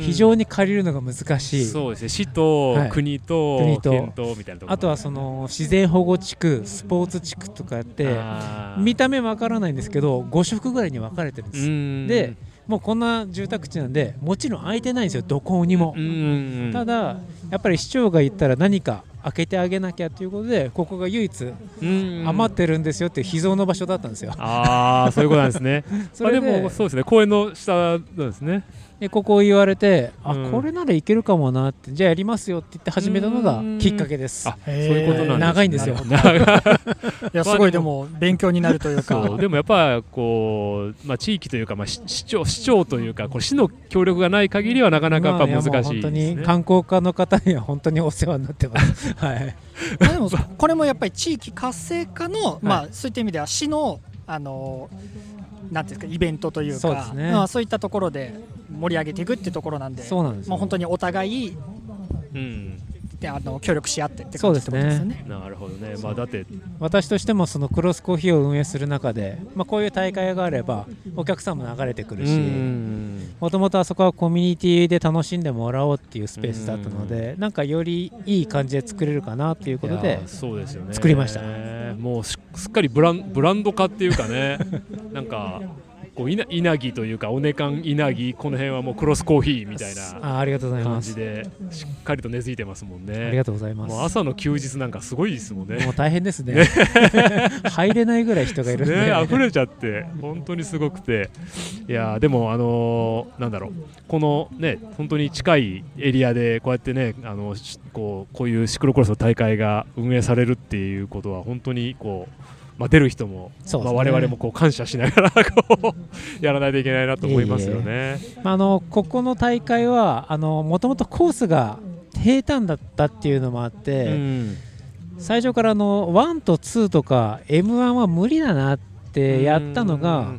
S8: 非常に借りるのが難しい、
S2: そうですね市と、
S8: はい
S2: 国と
S8: 国と
S2: 県とみたいなところ
S8: あとはその自然保護地区スポーツ地区とかやって
S2: あー
S8: 見た目わからないんですけど5色ぐらいに分かれてるんです、
S2: うん
S8: でもうこんな住宅地なんでもちろん空いてないんですよどこにも、
S2: うん
S8: ただやっぱり市長が言ったら何か開けてあげなきゃということでここが唯一
S2: うん
S8: 余ってるんですよっていう秘蔵の場所だったんですよ。
S2: ああそういうことなんですね
S8: それ
S2: あで
S8: で
S2: もそうですね公園の下なんですね
S8: でここを言われてあ、
S2: うん
S8: これならいけるかもなってじゃあやりますよって言って始めたのがきっかけです。
S2: あそういうことなんですね
S8: 長いんですよ
S2: 長い
S1: いや、すごいでも勉強になるという
S2: そう
S1: か。
S2: でもやっぱこう、まあ、地域というか、まあ、市市長市長というかこう市の協力がない限りはなかなかやっぱ難しい
S8: ま
S2: で
S8: あ
S2: す、ね
S8: やもう本当に観光課の方には本当にお世話になっ てます。はい。
S1: まあでも、これもやっぱり地域活性化の、まあ、そういった意味では、市の、あの。なんていうんですか、イベントという
S8: そうで
S1: か、
S8: すね
S1: まあそういったところで盛り上げていくってところなんで。
S8: そうなんですよ
S1: もう本当にお互い、
S2: うん、
S1: であの協力し合ってって感じってことですよね。
S2: なるほどね、まあ、だって
S8: 私としてもそのクロスコーヒーを運営する中で、まあ、こういう大会があればお客さんも流れてくるしもともとあそこはコミュニティで楽しんでもらおうっていうスペースだったのでなんかよりいい感じで作れるかなっていうこと
S2: い
S8: で
S2: やーそうですよね
S8: 作りました
S2: もうしすっかりブランブランド化っていうかね なんかこう稲稲城というかおねかん稲城この辺はもうクロスコーヒーみたいな
S8: あありがとうござい
S2: 感
S8: ま
S2: じ
S8: す
S2: でしっかりと根付いてますもん
S8: ありが
S2: ね
S8: とうございます
S2: もう朝の休日なんかすごいですもんね
S8: もう大変です ね入れないぐらい人がいるんで、
S2: ね溢れちゃって本当にすごくていやーでもあのーなんだろうこのね本当に近いエリアでこうやってねあのしこうこういうシクロクロスの大会が運営されるっていうことは本当にこうまあ出る人も、
S8: そうで
S2: ますあ
S8: ね
S2: 我々もこう感謝しながらこうやらないといけないなと思いますよね。
S8: まああのここの大会はあのもともとコースが平坦だったっていうのもあって、
S2: うん
S8: 最初からあの1と2とか m 1は無理だなってやったのが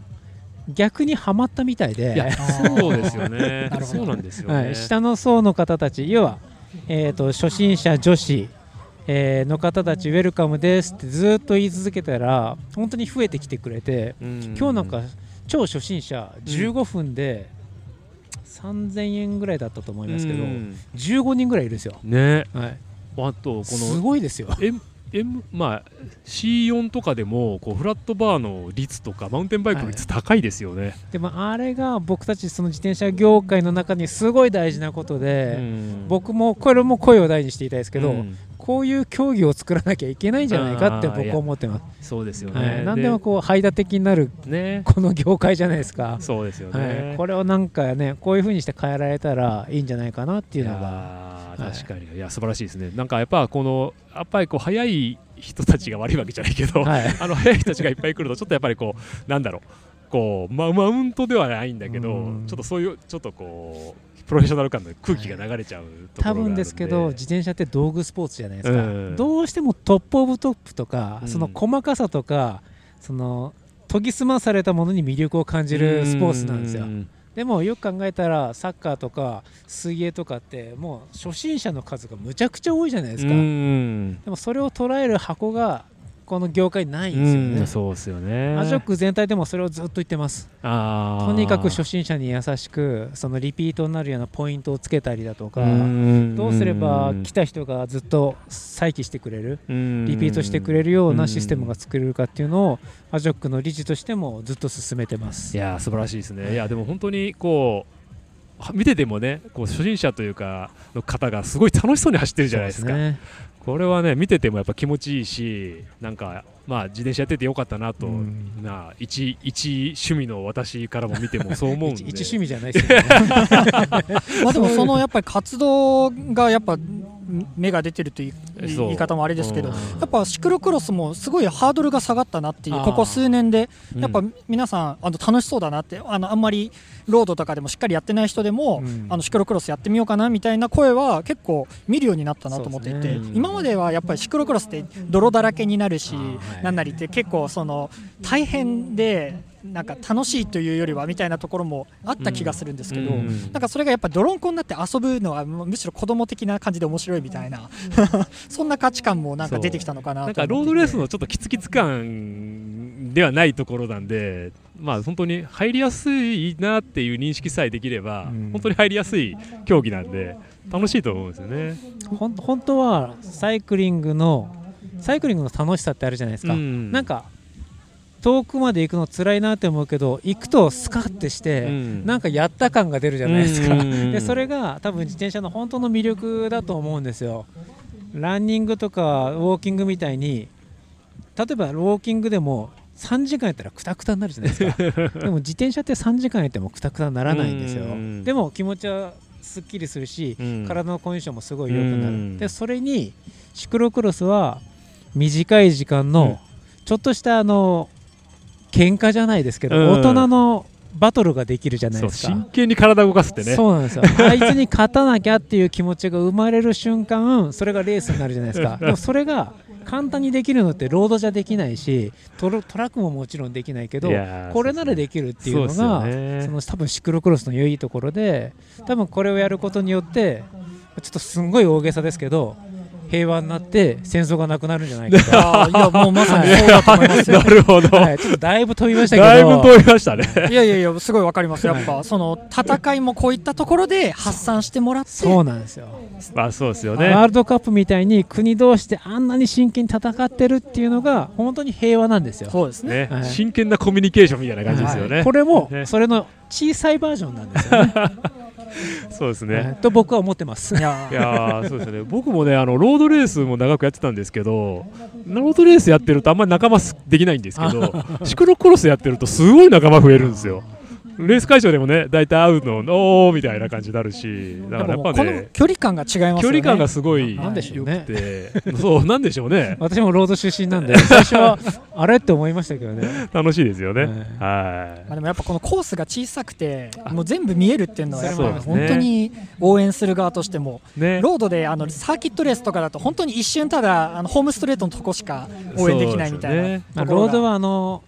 S8: 逆にはまったみたい
S2: いや
S8: で、
S2: そうですよ
S1: なる
S2: ね
S1: ほど
S2: そうなんですよね。
S8: はい、下の層の方たち要は、えー、と初心者女子、えーの方たちウェルカムですってずーっと言い続けたら本当に増えてきてくれて今日なんか超初心者15分で3000円ぐらいだったと思いますけど
S2: うん
S8: 15人ぐらいいるんですよ、
S2: ね
S8: はい、
S2: あとこの
S8: すごいですよ
S2: M M まあ、C4 とかでもこうフラットバーの率とかマウンテンバイクの率高いですよね。
S8: でもあれが僕たちその自転車業界の中にすごい大事なことで、僕もこれも声を大事にしていたいですけど、
S2: うん
S8: こういう競技を作らなきゃいけないんじゃないかって
S2: あーい
S8: 僕
S2: や
S8: は思ってます、
S2: そうですよ
S8: はい
S2: ね。
S8: 何でもこう排他的になる
S2: ね
S8: この業界じゃないですか、
S2: そうですよ
S8: は
S2: ね。
S8: い、これをなんかねこういうふうにして変えられたらいいんじゃないかなっていうのが
S2: いやー
S8: はい
S2: 確かに、い、や素晴らしいですね。なんかやっぱこのやっぱりこう早い人たちが悪いわけじゃないけど、
S8: はい
S2: あの早い人たちがいっぱい来るとちょっとやっぱりこうなんだろうこうママウントではないんだけど、
S8: うん
S2: ちょっとそういうちょっとこうプロフェッショナル感の空気が流れちゃうところがある
S8: 多
S2: んで。
S8: 分ですけど自転車って道具スポーツじゃないですか、
S2: うん
S8: どうしてもトップオブトップとか、
S2: うん
S8: その細かさとかその研ぎ澄まされたものに魅力を感じるスポーツなんですよ
S2: う
S8: でもよく考えたらサッカーとか水泳とかってもう初心者の数がむちゃくちゃ多いじゃないですか、
S2: うん
S8: でもそれを捉える箱がこの業界にないんですよね、
S2: うん、そうですよね。
S8: アジョック全体でもそれをずっと言ってます
S2: あー
S8: とにかく初心者に優しくそのリピートになるようなポイントをつけたりだとか
S2: ん
S8: どうすれば来た人がずっと再起してくれるリ
S2: リ
S8: ピートしてくれるようなシステムが
S2: い
S8: 作れるかっていうのをアジョックの理事としてもずっと進めてます
S2: やー素晴らしいですね。いやでも本当にこうは見ててもねこう初心者というかの方がすごい楽しそうに走ってるじゃないですか。
S8: そうね
S2: これはね見ててもやっぱ気持ちいいしなんかまあ自転車やっててよかったなと、
S8: うん
S2: なあ一一趣味の私からも見てもそう思うん
S8: 一
S2: で。
S8: 一趣味じゃないですよね
S1: まあでもそのやっぱり活動がやっぱ目が出てるという
S2: そう
S1: 言い方もあれですけど、
S2: うん
S1: やっぱシクロクロスもすごいハードルが下がったなっていう
S8: あー
S1: ここ数年で
S2: うん
S1: やっぱ皆さんあの楽しそうだなってあのあんまりロードとかでもしっかりやってない人でも、
S8: うん
S1: あのシクロクロスやってみようかなみたいな声は結構見るようになったなと思ってい
S8: そう
S1: て、
S8: です
S2: ね
S1: 今まではやっぱりシクロクロスって泥だらけになるし、
S8: あーはい
S1: なんなりって結構その大変でなんか楽しいというよりはみたいなところもあった気がするんですけど、
S2: うん
S1: なんかそれがやっぱ泥んこになって遊ぶのはむむしろ子供的な感じで面白いみたいなそんな価値観もなんか出てきたのかな
S2: なん
S1: と
S2: か
S1: 思
S2: ロ
S1: っていて
S2: ードレースのちょっとキツキツ感ではないところなんで、まあ、本当に入りやすいなっていう認識さえできれば、
S8: うん
S2: 本当に入りやすい競技なんで楽しいと思うんですよね。
S8: ほん本当はサイクリングのサイクリングの楽しさってあるじゃないですか、
S2: うん
S8: なんか遠くまで行くの辛いなって思うけど行くとスカッてして、
S2: うん
S8: なんかやった感が出るじゃないですか、
S2: うんうんうん
S8: でそれが多分自転車の本当の魅力だと思うんですよランニングとかウォーキングみたいに例えばウォーキングでも3時間やったらくたくたになるじゃないで すかでも自転車って3時間やってもくたくたにならないんですよ
S7: うん
S8: でも気持ちはすっきりするし、
S7: うん
S8: 体のコンディションもすごい良くな
S7: う
S8: る
S7: ん
S8: でそれにシクロクロスは短い時間のちょっとしたあの喧嘩じゃないですけど、
S7: うん
S8: 大人のバトルができるじゃない
S2: そう
S8: ですか
S2: 真剣に体動かすってね
S8: そうなんですよあいつに勝たなきゃっていう気持ちが生まれる瞬間それがレースになるじゃないで すかでもそれが簡単にできるのってロードじゃできないしトラトラックももちろんできないけど
S2: いやー
S8: これならできるっていうの
S2: そう
S8: が
S2: っすよね
S8: その多分シクロクロスの良いところで多分これをやることによってちょっとすんごい大げさですけど平和になって戦争がなくなるんじゃないか と
S1: あーいや、もうまさにそうだと思いますよ
S2: な。るほど、
S8: はい、ちょっとだいぶ飛びましたけど
S2: だいぶ飛びましたね
S1: いやいやいや、すごいわかります。やっぱ、その、戦いもこういったところで発散してもらって、
S8: そうなんですよ
S2: まあそうですよ
S8: ワー
S2: ね
S8: ルドカップみたいに国同士であんなに真剣に戦ってるっていうのが本当に平和なんですよ。
S1: そうですね。
S2: ね、
S8: はい
S2: 真剣なコミュニケーションみたいな感じですよね、
S8: はいこれも
S2: ね
S8: それの小さいバージョンなんで すよね
S2: そうですね、
S8: はいと僕は思ってます
S1: い。や
S2: いやーそうですね僕もねあのロードレースも長くやってたんですけどロードレースやってるとあんまり仲間すできないんですけどシクロクロスやってるとすごい仲間増えるんですよレース会場でもね大体会うのおーみたいな感じになるしだ
S1: やっぱ
S2: からや
S1: も
S2: っ
S1: う
S2: ぱ
S1: この
S2: ね
S1: 距離感が違います
S2: 距
S1: よね。
S2: 離感がすごい
S8: なんでしょ
S2: 良
S8: う
S2: く
S8: ね
S2: て、そうなんでしょうね
S8: 私もロード出身なんで最初はあれって思いましたけ どね。
S2: 楽しいですよね
S1: まあ
S2: は
S1: でもやっぱこのコースが小さくて、もう全部見えるっていうのは、やっ
S2: そう
S1: ぱ
S2: ですね
S1: 本当に応援する側としても、
S2: いね
S1: ロードであのサーキットレースとかだと、本当に一瞬、ただあのホームストレートのとこしか応援できないみたい
S2: そ
S1: な
S2: うですよね
S8: まあ
S1: ところが
S8: ロードはあの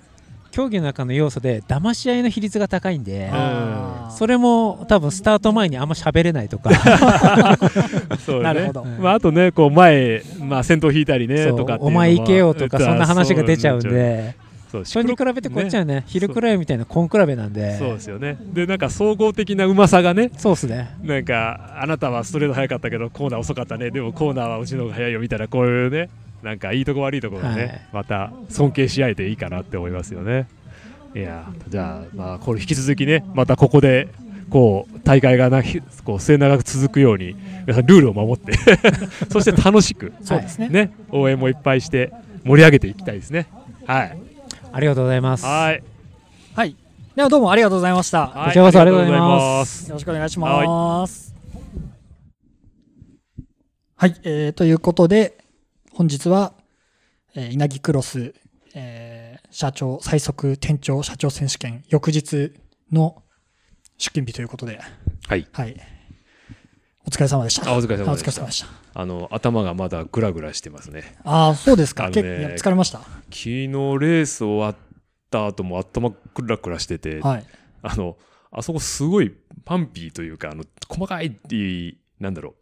S8: 競技の中の要素で騙し合いの比率が高いんで。
S1: あー
S8: それも多分スタート前にあんま喋れない とか
S2: そう
S1: な
S2: ね
S1: るほど。
S2: まあ、あとねこう前、まあ、先頭引いたりね
S8: そう
S2: とかっていう
S8: お
S2: のは
S8: 前行けよとか
S2: うん
S8: そんな話が出ちゃうんで
S2: そうシ
S8: そ
S2: ク
S8: れに
S2: ロ
S8: 比べてこっちはね昼
S2: そう
S8: くらいみたいな根比べなんで
S2: そうですよねでなんか総合的なうまさがね
S8: そうですね
S2: なんかあなたはストレート速かったけどコーナー遅かったねでもコーナーはうちの方が速いよみたいなこういうねなんかいいとこ悪いとこがね、
S8: はい
S2: また尊敬し合えていいかなって思いますよねいやーじゃあ,、まあこれ引き続きねまたここでこう大会がなひこう末永く続くように皆さんルールを守って そして楽しく
S1: そうですね。
S2: ね応援もいっぱいして盛り上げていきたいですねはい
S8: ありがとうございます。
S2: はい
S1: はい。ではどうもありがとうございました。
S2: はい
S8: こちらこそありがとうご
S2: あり
S8: ざいます
S2: がとうございます
S1: よろしくお願いします。はい、えーということで、本日は、えー稲城クロス、えー社長、最速店長社長選手権、翌日の出勤日ということで、
S7: はい。
S1: お疲れ様でした。
S7: あお疲れ様でした
S1: あお疲れ様でした。
S7: あの頭がまだグラグラしてますね
S1: ああ、そうです
S7: あ
S1: か。
S7: の
S1: 結
S7: ね
S1: 構いや疲れました。
S7: 昨日レース終わった後も頭クラクラしてて、
S1: はい。
S7: あのあそこすごいパンピーというかあの細かいっていうなんだろう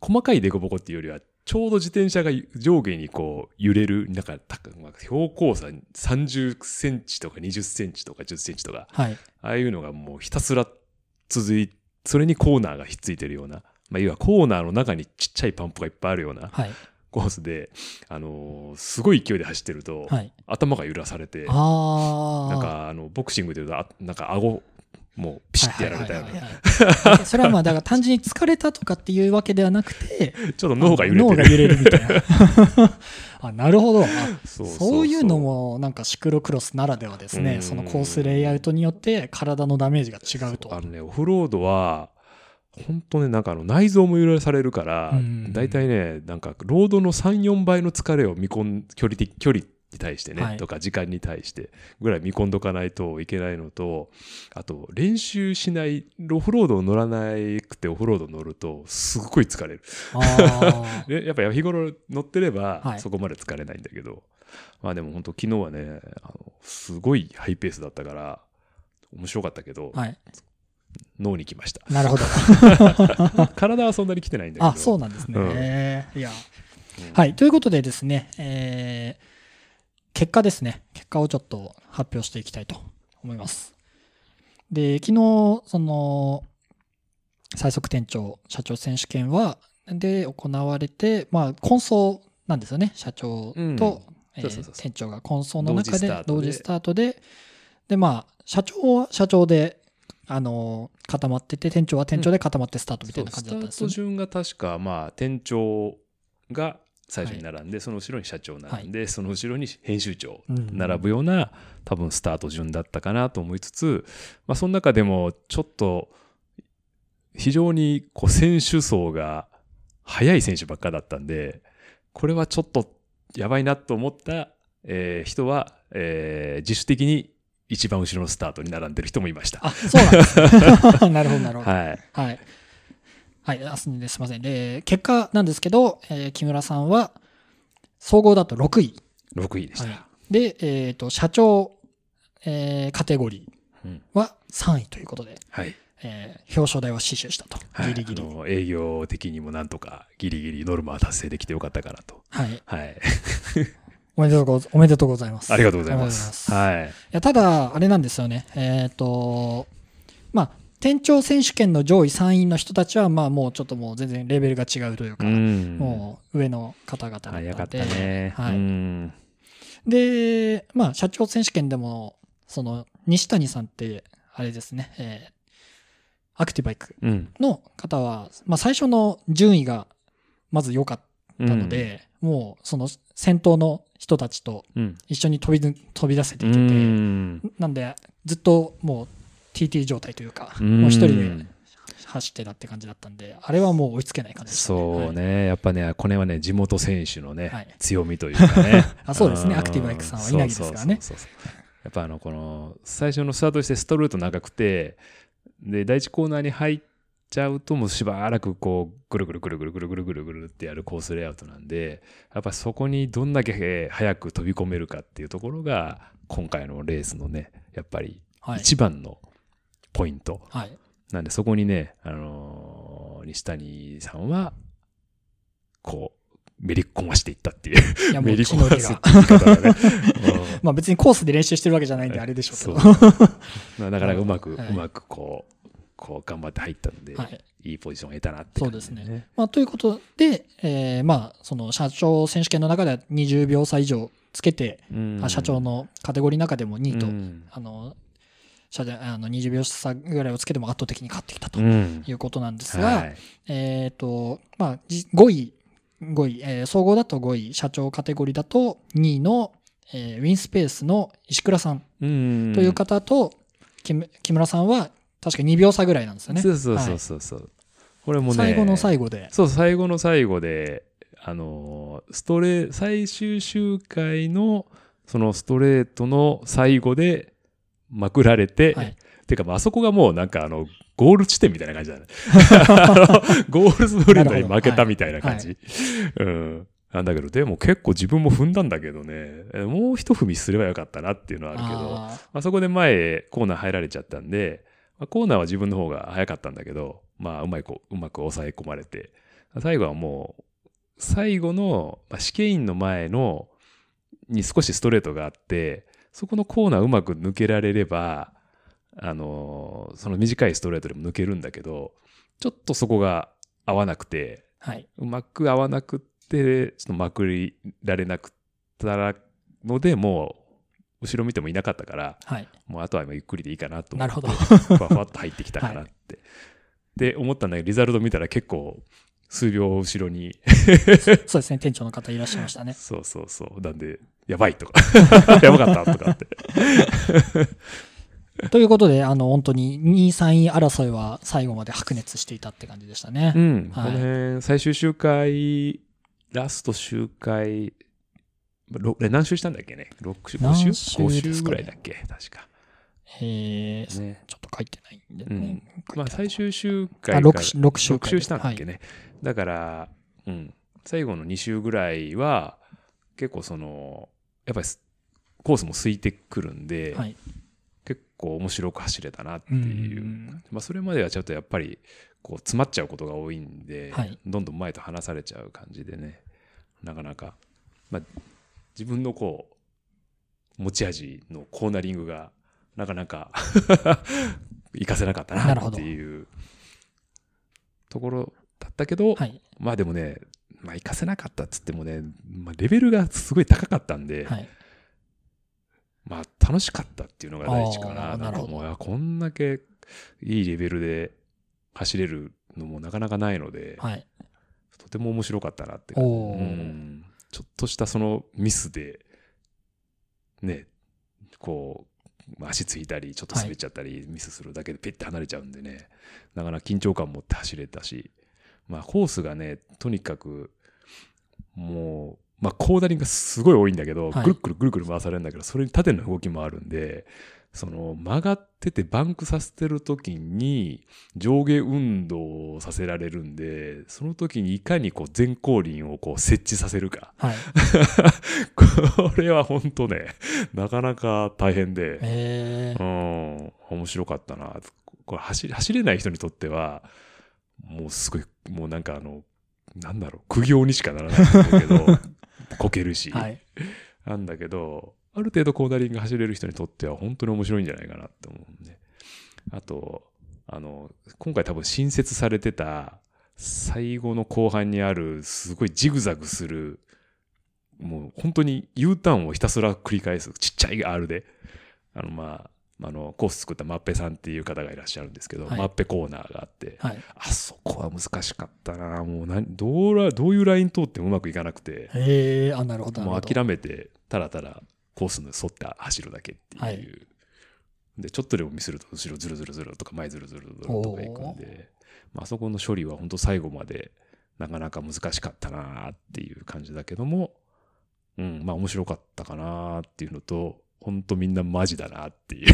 S7: 細かい凸凹っていうよりはちょうど自転車が上下にこう揺れるなんかたまあ標高差30センチとか20センチとか10センチとか
S1: はい。
S7: ああいうのがもうひたすら続い、それにコーナーがひっついてるような、まあ、いわゆるコーナーの中にちっちゃいパンプがいっぱいあるような
S1: はい。
S7: コースで、あのーすごい勢いで走ってると、
S1: はい。
S7: 頭が揺らされて、
S1: ああ。
S7: なんかあのボクシングでいうと、あなんか顎、もうピシッてやられたよう
S1: はいは
S7: な、
S1: いはいはいそれはまあだから単純に疲れたとかっていうわけではなくて
S7: ちょっと脳が揺
S1: 脳
S7: れて
S1: が
S7: る。
S1: 揺れるみたいな あなるほどあ
S7: そ
S1: そういうのもなんかシクロクロスならではです
S7: う
S1: ね
S7: ん
S1: そのコースレイアウトによって体のダメージが違うと
S7: あのね、オフロードは、本当ね、なんかあの内臓も揺らされるから
S1: うん、
S7: 大体ね、なんかロードの3、4倍の疲れを見込ん、距離的、距離に対してね、
S1: はい
S7: とか時間に対してぐらい見込んどかないといけないのと、あと練習しない、オフロードを乗らなくてオフロード乗ると、すっごい疲れる。
S1: あ
S7: でやっぱ日頃乗ってれば、
S1: はい
S7: そこまで疲れないんだけど、まあでも本当昨日はね、あのすごいハイペースだったから、面白かったけど、
S1: ーはい
S7: 脳に来ました。
S1: なるほど
S7: 体はそんなに来てないんだけど。
S1: あそうなんですね、いやはいということでですね、えー結果ですね結果をちょっと発表していきたいと思いますで昨日その最速店長社長選手権はで行われてまあ混走なんですよね社長と、
S7: うん
S1: えー
S7: そうそうそうそう
S1: 店長が混走の中で同
S7: 同
S1: 時
S7: 時
S1: ス
S7: ス
S1: タートででまあ社長は社長であの固まってて店長は店長で固まってスタートみたいな感じだったんです
S7: そうスタート
S1: よね
S7: 順が確か、まあ、店長
S2: が最初に並んで、その後ろに社長並んで、その後ろに編集長並ぶような多分スタート順だったかなと思いつつ、まあ、その中でもちょっと非常にこう選手層が速い選手ばっかだったんでこれはちょっとやばいなと思った、えー人は、えー自主的に一番後ろのスタートに並んでる人もいました。
S1: あ、そうなんですね。な るほど、なるほど。
S2: はい、
S1: はい。はい、あすみません。で、結果なんですけど、えー木村さんは、総合だと6位。
S2: 6位でした。
S1: で、えっ、と、社長、えーカテゴリ
S2: うん
S1: ーは3位ということで、
S2: はい
S1: えー表彰台を死守したと。
S2: はい、
S1: ギリギリ。
S2: あ
S1: はい。
S2: の営業的にもなんとかギリギリノルマは達成できてよかったかなと。はい。
S1: おめでとうござおめでとうございます。
S2: ありがとうござい
S1: あ
S2: ま。
S1: りがとうございます
S2: はい。
S1: いやただ、あれなんですよね、えっ、と、まあ、店長選手権の上位3位の人たちは、まあ、もうちょっともう全然レベルが違うというか、
S2: ん
S1: もう上の方々だったんで、
S2: 早かったね。
S1: はい
S2: うん。
S1: で、まあ、社長選手権でも、その、西谷さんって、あれですね、えーアクティバイク
S2: うん。
S1: の方は、まあ、最初の順位が、まず良かったので、もう、その、先頭の人たちと
S2: うん。
S1: 一緒に飛びぬ飛び出せて
S2: う
S1: いけて、
S2: ん。
S1: なんで、ずっともう TT 状態というか、
S2: うん
S1: もう一人で走ってたって感じだったんで、あれはもう追いつけない感じでしたね。
S2: そう
S1: はい。
S2: ね。やっぱね、これはね、地元選手の
S1: は
S2: ね
S1: い、。
S2: 強みというかね
S1: あそうですね
S2: ん
S1: アクティブバイクさんは稲城ですからね。
S2: そうそうそうそうやっぱあの、この、最初のスタートしてストルート長くて、で、第一コーナーに入っちゃうと、もうしばらくこう、ぐるぐるぐるぐるぐるぐるぐるぐるってやるコースレイアウトなんで、やっぱそこにどんだけえー早く飛び込めるかっていうところが、今回のレースのね、やっぱり
S1: はい。
S2: 一番のポイント。
S1: はい。
S2: なんでそこにね、あのー西谷さんは、こう、めり込ましていったっていう。
S1: いや、も
S2: め
S1: う
S2: り
S1: 血
S2: 込
S1: の
S2: ま
S1: 気
S2: すっ
S1: が。
S2: て言い 方がね。
S1: まあ別にコースで練習してるわけじゃないんで、あれでしょうけど。
S2: そう。
S1: は
S2: まあなかなかうまく、
S1: はいう
S2: まくこう、こう頑張って入っ たんで、
S1: い。
S2: い、いポジションを得たなって
S1: そう
S2: 感
S1: で
S2: じ
S1: すね。。まあ、ということで、えーまあ、その社長選手権の中では20秒差以上つけて、
S2: うん
S1: あ社長のカテゴリーの中でも2位と、
S2: うん
S1: あの、社長あの20秒差ぐらいをつけても圧倒的に勝ってきたと
S2: うん
S1: いうことなんですが、
S2: はい
S1: えっ、と、まあ、じ5位、5位、えー総合だと5位、社長カテゴリーだと2位の、えーウィンスペースの石倉さん
S2: うん
S1: という方と、木む木村さんは確か2秒差ぐらいなんですよね。
S2: そうそうそ
S1: は
S2: う
S1: い
S2: そうそう、これもね
S1: 最後の最後で。
S2: そう、最後の最後で、あのーストレ最終周回の、そのストレートの最後で、まくられて、
S1: はい
S2: てか、まああそこがもうなんかあの、ゴール地点みたいな感じだね。あのゴールスプリントに負けたみたいな感じ。うん。なんだけど、でも結構自分も踏んだんだけどね、えもう一踏みすればよかったなっていうのはあるけ
S1: あ
S2: ど、
S1: ー
S2: まあ、そこで前へコーナー入られちゃったんで、まあ、コーナーは自分の方が早かったんだけど、まあ、うまいこうまく抑え込まれて、最後はもう、最後の、まあ、試験員の前の、に少しストレートがあって、そこのコーナーうまく抜けられれば、あのーその短いストレートでも抜けるんだけど、ちょっとそこが合わなくて、
S1: はい。
S2: うまく合わなくって、ちょっとまくりられなくったらので、もう、後ろ見てもいなかったから、
S1: はい。
S2: もうあとはもうゆっくりでいいかなと思
S1: な
S2: っ
S1: る
S2: て、
S1: ほど。
S2: ふわふわっと入ってきたか なって。で、思ったんだけど、リザルト見たら結構、数秒後ろに、
S1: そうですね、店長の方いらっしゃいま したね。
S2: そうそうそう、なんで、やば いとか、やばかったとかって。
S1: ということで、あの、本当に2位、3位争いは最後まで白熱していたって感じでしたね。
S2: うん、
S1: はい
S2: この辺、最終周回、ラスト周回、ろえ何周したんだっけね ?6 周、5
S1: 何
S2: 周
S1: 周
S2: ?5
S1: で
S2: 周
S1: すか
S2: ぐ
S1: ね
S2: らいだっけ確か。
S1: えー
S2: ね。
S1: ちょっと書いてないんで
S2: う
S1: ね
S2: ん。
S1: 書いてない
S2: まあ、最終周
S1: あ
S2: 回から
S1: 6し六周
S2: 6周したんだっけ
S1: ね。
S2: ね、だから、うん、最後の2周ぐらいは結構そのやっぱりすコースも空いてくるんで、
S1: はい。
S2: 結構面白く走れたなって
S1: う
S2: いう、
S1: ん
S2: まあ、それまではちょっとやっぱりこう詰まっちゃうことが多いんで、
S1: はい
S2: どんどん前と離されちゃう感じでねなかなか、まあ、自分のこう持ち味のコーナリングがなかなか 活かせなかった
S1: なる
S2: な
S1: ほ
S2: っ
S1: ど
S2: ていうところだったけど、
S1: はい。
S2: まあでもね、まあ、活かせなかったっつってもね、まあ、レベルがすごい高かったんで、
S1: はい。
S2: まあ楽しかったっていうのが第一か
S1: あ
S2: な。
S1: ー
S2: な
S1: なんる
S2: か
S1: ほど
S2: もういやこんだけいいレベルで走れるのもなかなかないので、
S1: はい。
S2: とても面白かったなって感じ
S1: お
S2: う
S1: ー
S2: んちょっとしたそのミスで、ね、こう、まあ足ついたり、ちょっと滑っちゃったり、ミスするだけでペッて離れちゃうんでね、なかなか緊張感持って走れたし、まあコースがね、とにかく、もう、まあコーダリングがすごい多いんだけど、
S1: はい
S2: ぐるっくるぐるぐる回されるんだけど、それに縦の動きもあるんで、その曲がっててバンクさせてる時に上下運動をさせられるんで、その時にいかにこう前後輪をこう設置させるか。
S1: はい。
S2: これは本当ね、なかなか大変で、
S1: えー
S2: うん、面白かったな。これ走走れない人にとっては、もうすごい、もうなんかあの、なんだろう、苦行にしかならないと思うけど、こけるし、
S1: はい。
S2: なんだけど、ある程度コーナリング走れる人にとっては本当に面白いんじゃないかなって思うんで。あと、あの、今回多分新設されてた、最後の後半にある、すごいジグザグする、もう本当に U ターンをひたすら繰り返す、ちっちゃい R で、あの、まあ、あの、コース作ったマッペさんっていう方がいらっしゃるんですけど、
S1: はい
S2: マッペコーナーがあって、
S1: はい。
S2: あそこは難しかったなもう何どうら、どういうライン通ってもうまくいかなくて、
S1: えーあ、なるほど。なる
S2: も
S1: ほ
S2: う
S1: ど
S2: 諦めてたらたらコースに沿って走るだけっていう、
S1: はい
S2: でちょっとでもミスると後ろずるずるずるとか前ずるずるずるとか行くんで、まああそこの処理は本当最後までなかなか難しかったなっていう感じだけどもうんまあ面白かったかなっていうのと本当みんなマジだなっ てい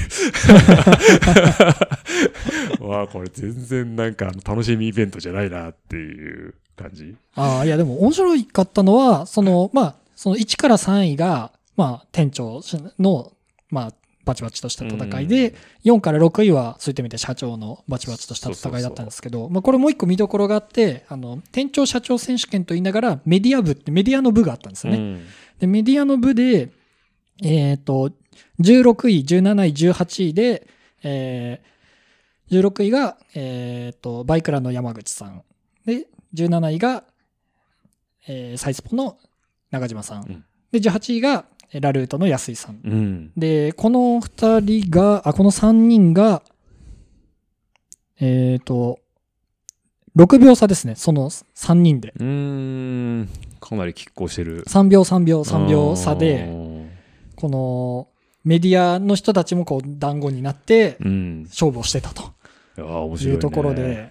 S2: うわあこれ全然なんかあの楽しみイベントじゃないなっていう感じ
S1: ああ、いや、でも面白いかったのは、その、まあ、その1から3位が、まあ、店長の、まあ、バチバチとした戦いで、4から6位は、そういった意味で社長のバチバチとした戦いだったんですけど、まあ、これもう一個見どころがあって、あの、店長社長選手権と言いながら、メディア部って、メディアの部があったんですよね。
S2: うん
S1: で、メディアの部で、えっ、と、16位、17位、18位で、えー、16位が、えっ、と、バイクラの山口さん。で、17位が、えーサイスポの中島さん。
S2: うん
S1: で、18位が、えーラルートの安井さん。
S2: うん
S1: で、この二人が、あ、この三人が、えっ、と、6秒差ですね。その三人で。
S2: うーんかなり拮抗してる
S1: 3秒、3秒、3秒差で
S2: う、ん
S1: このメディアの人たちもこう団子になって
S2: うん。
S1: 勝負をしてたと
S2: ああ、面
S1: い
S2: 白い、ね。
S1: うところで、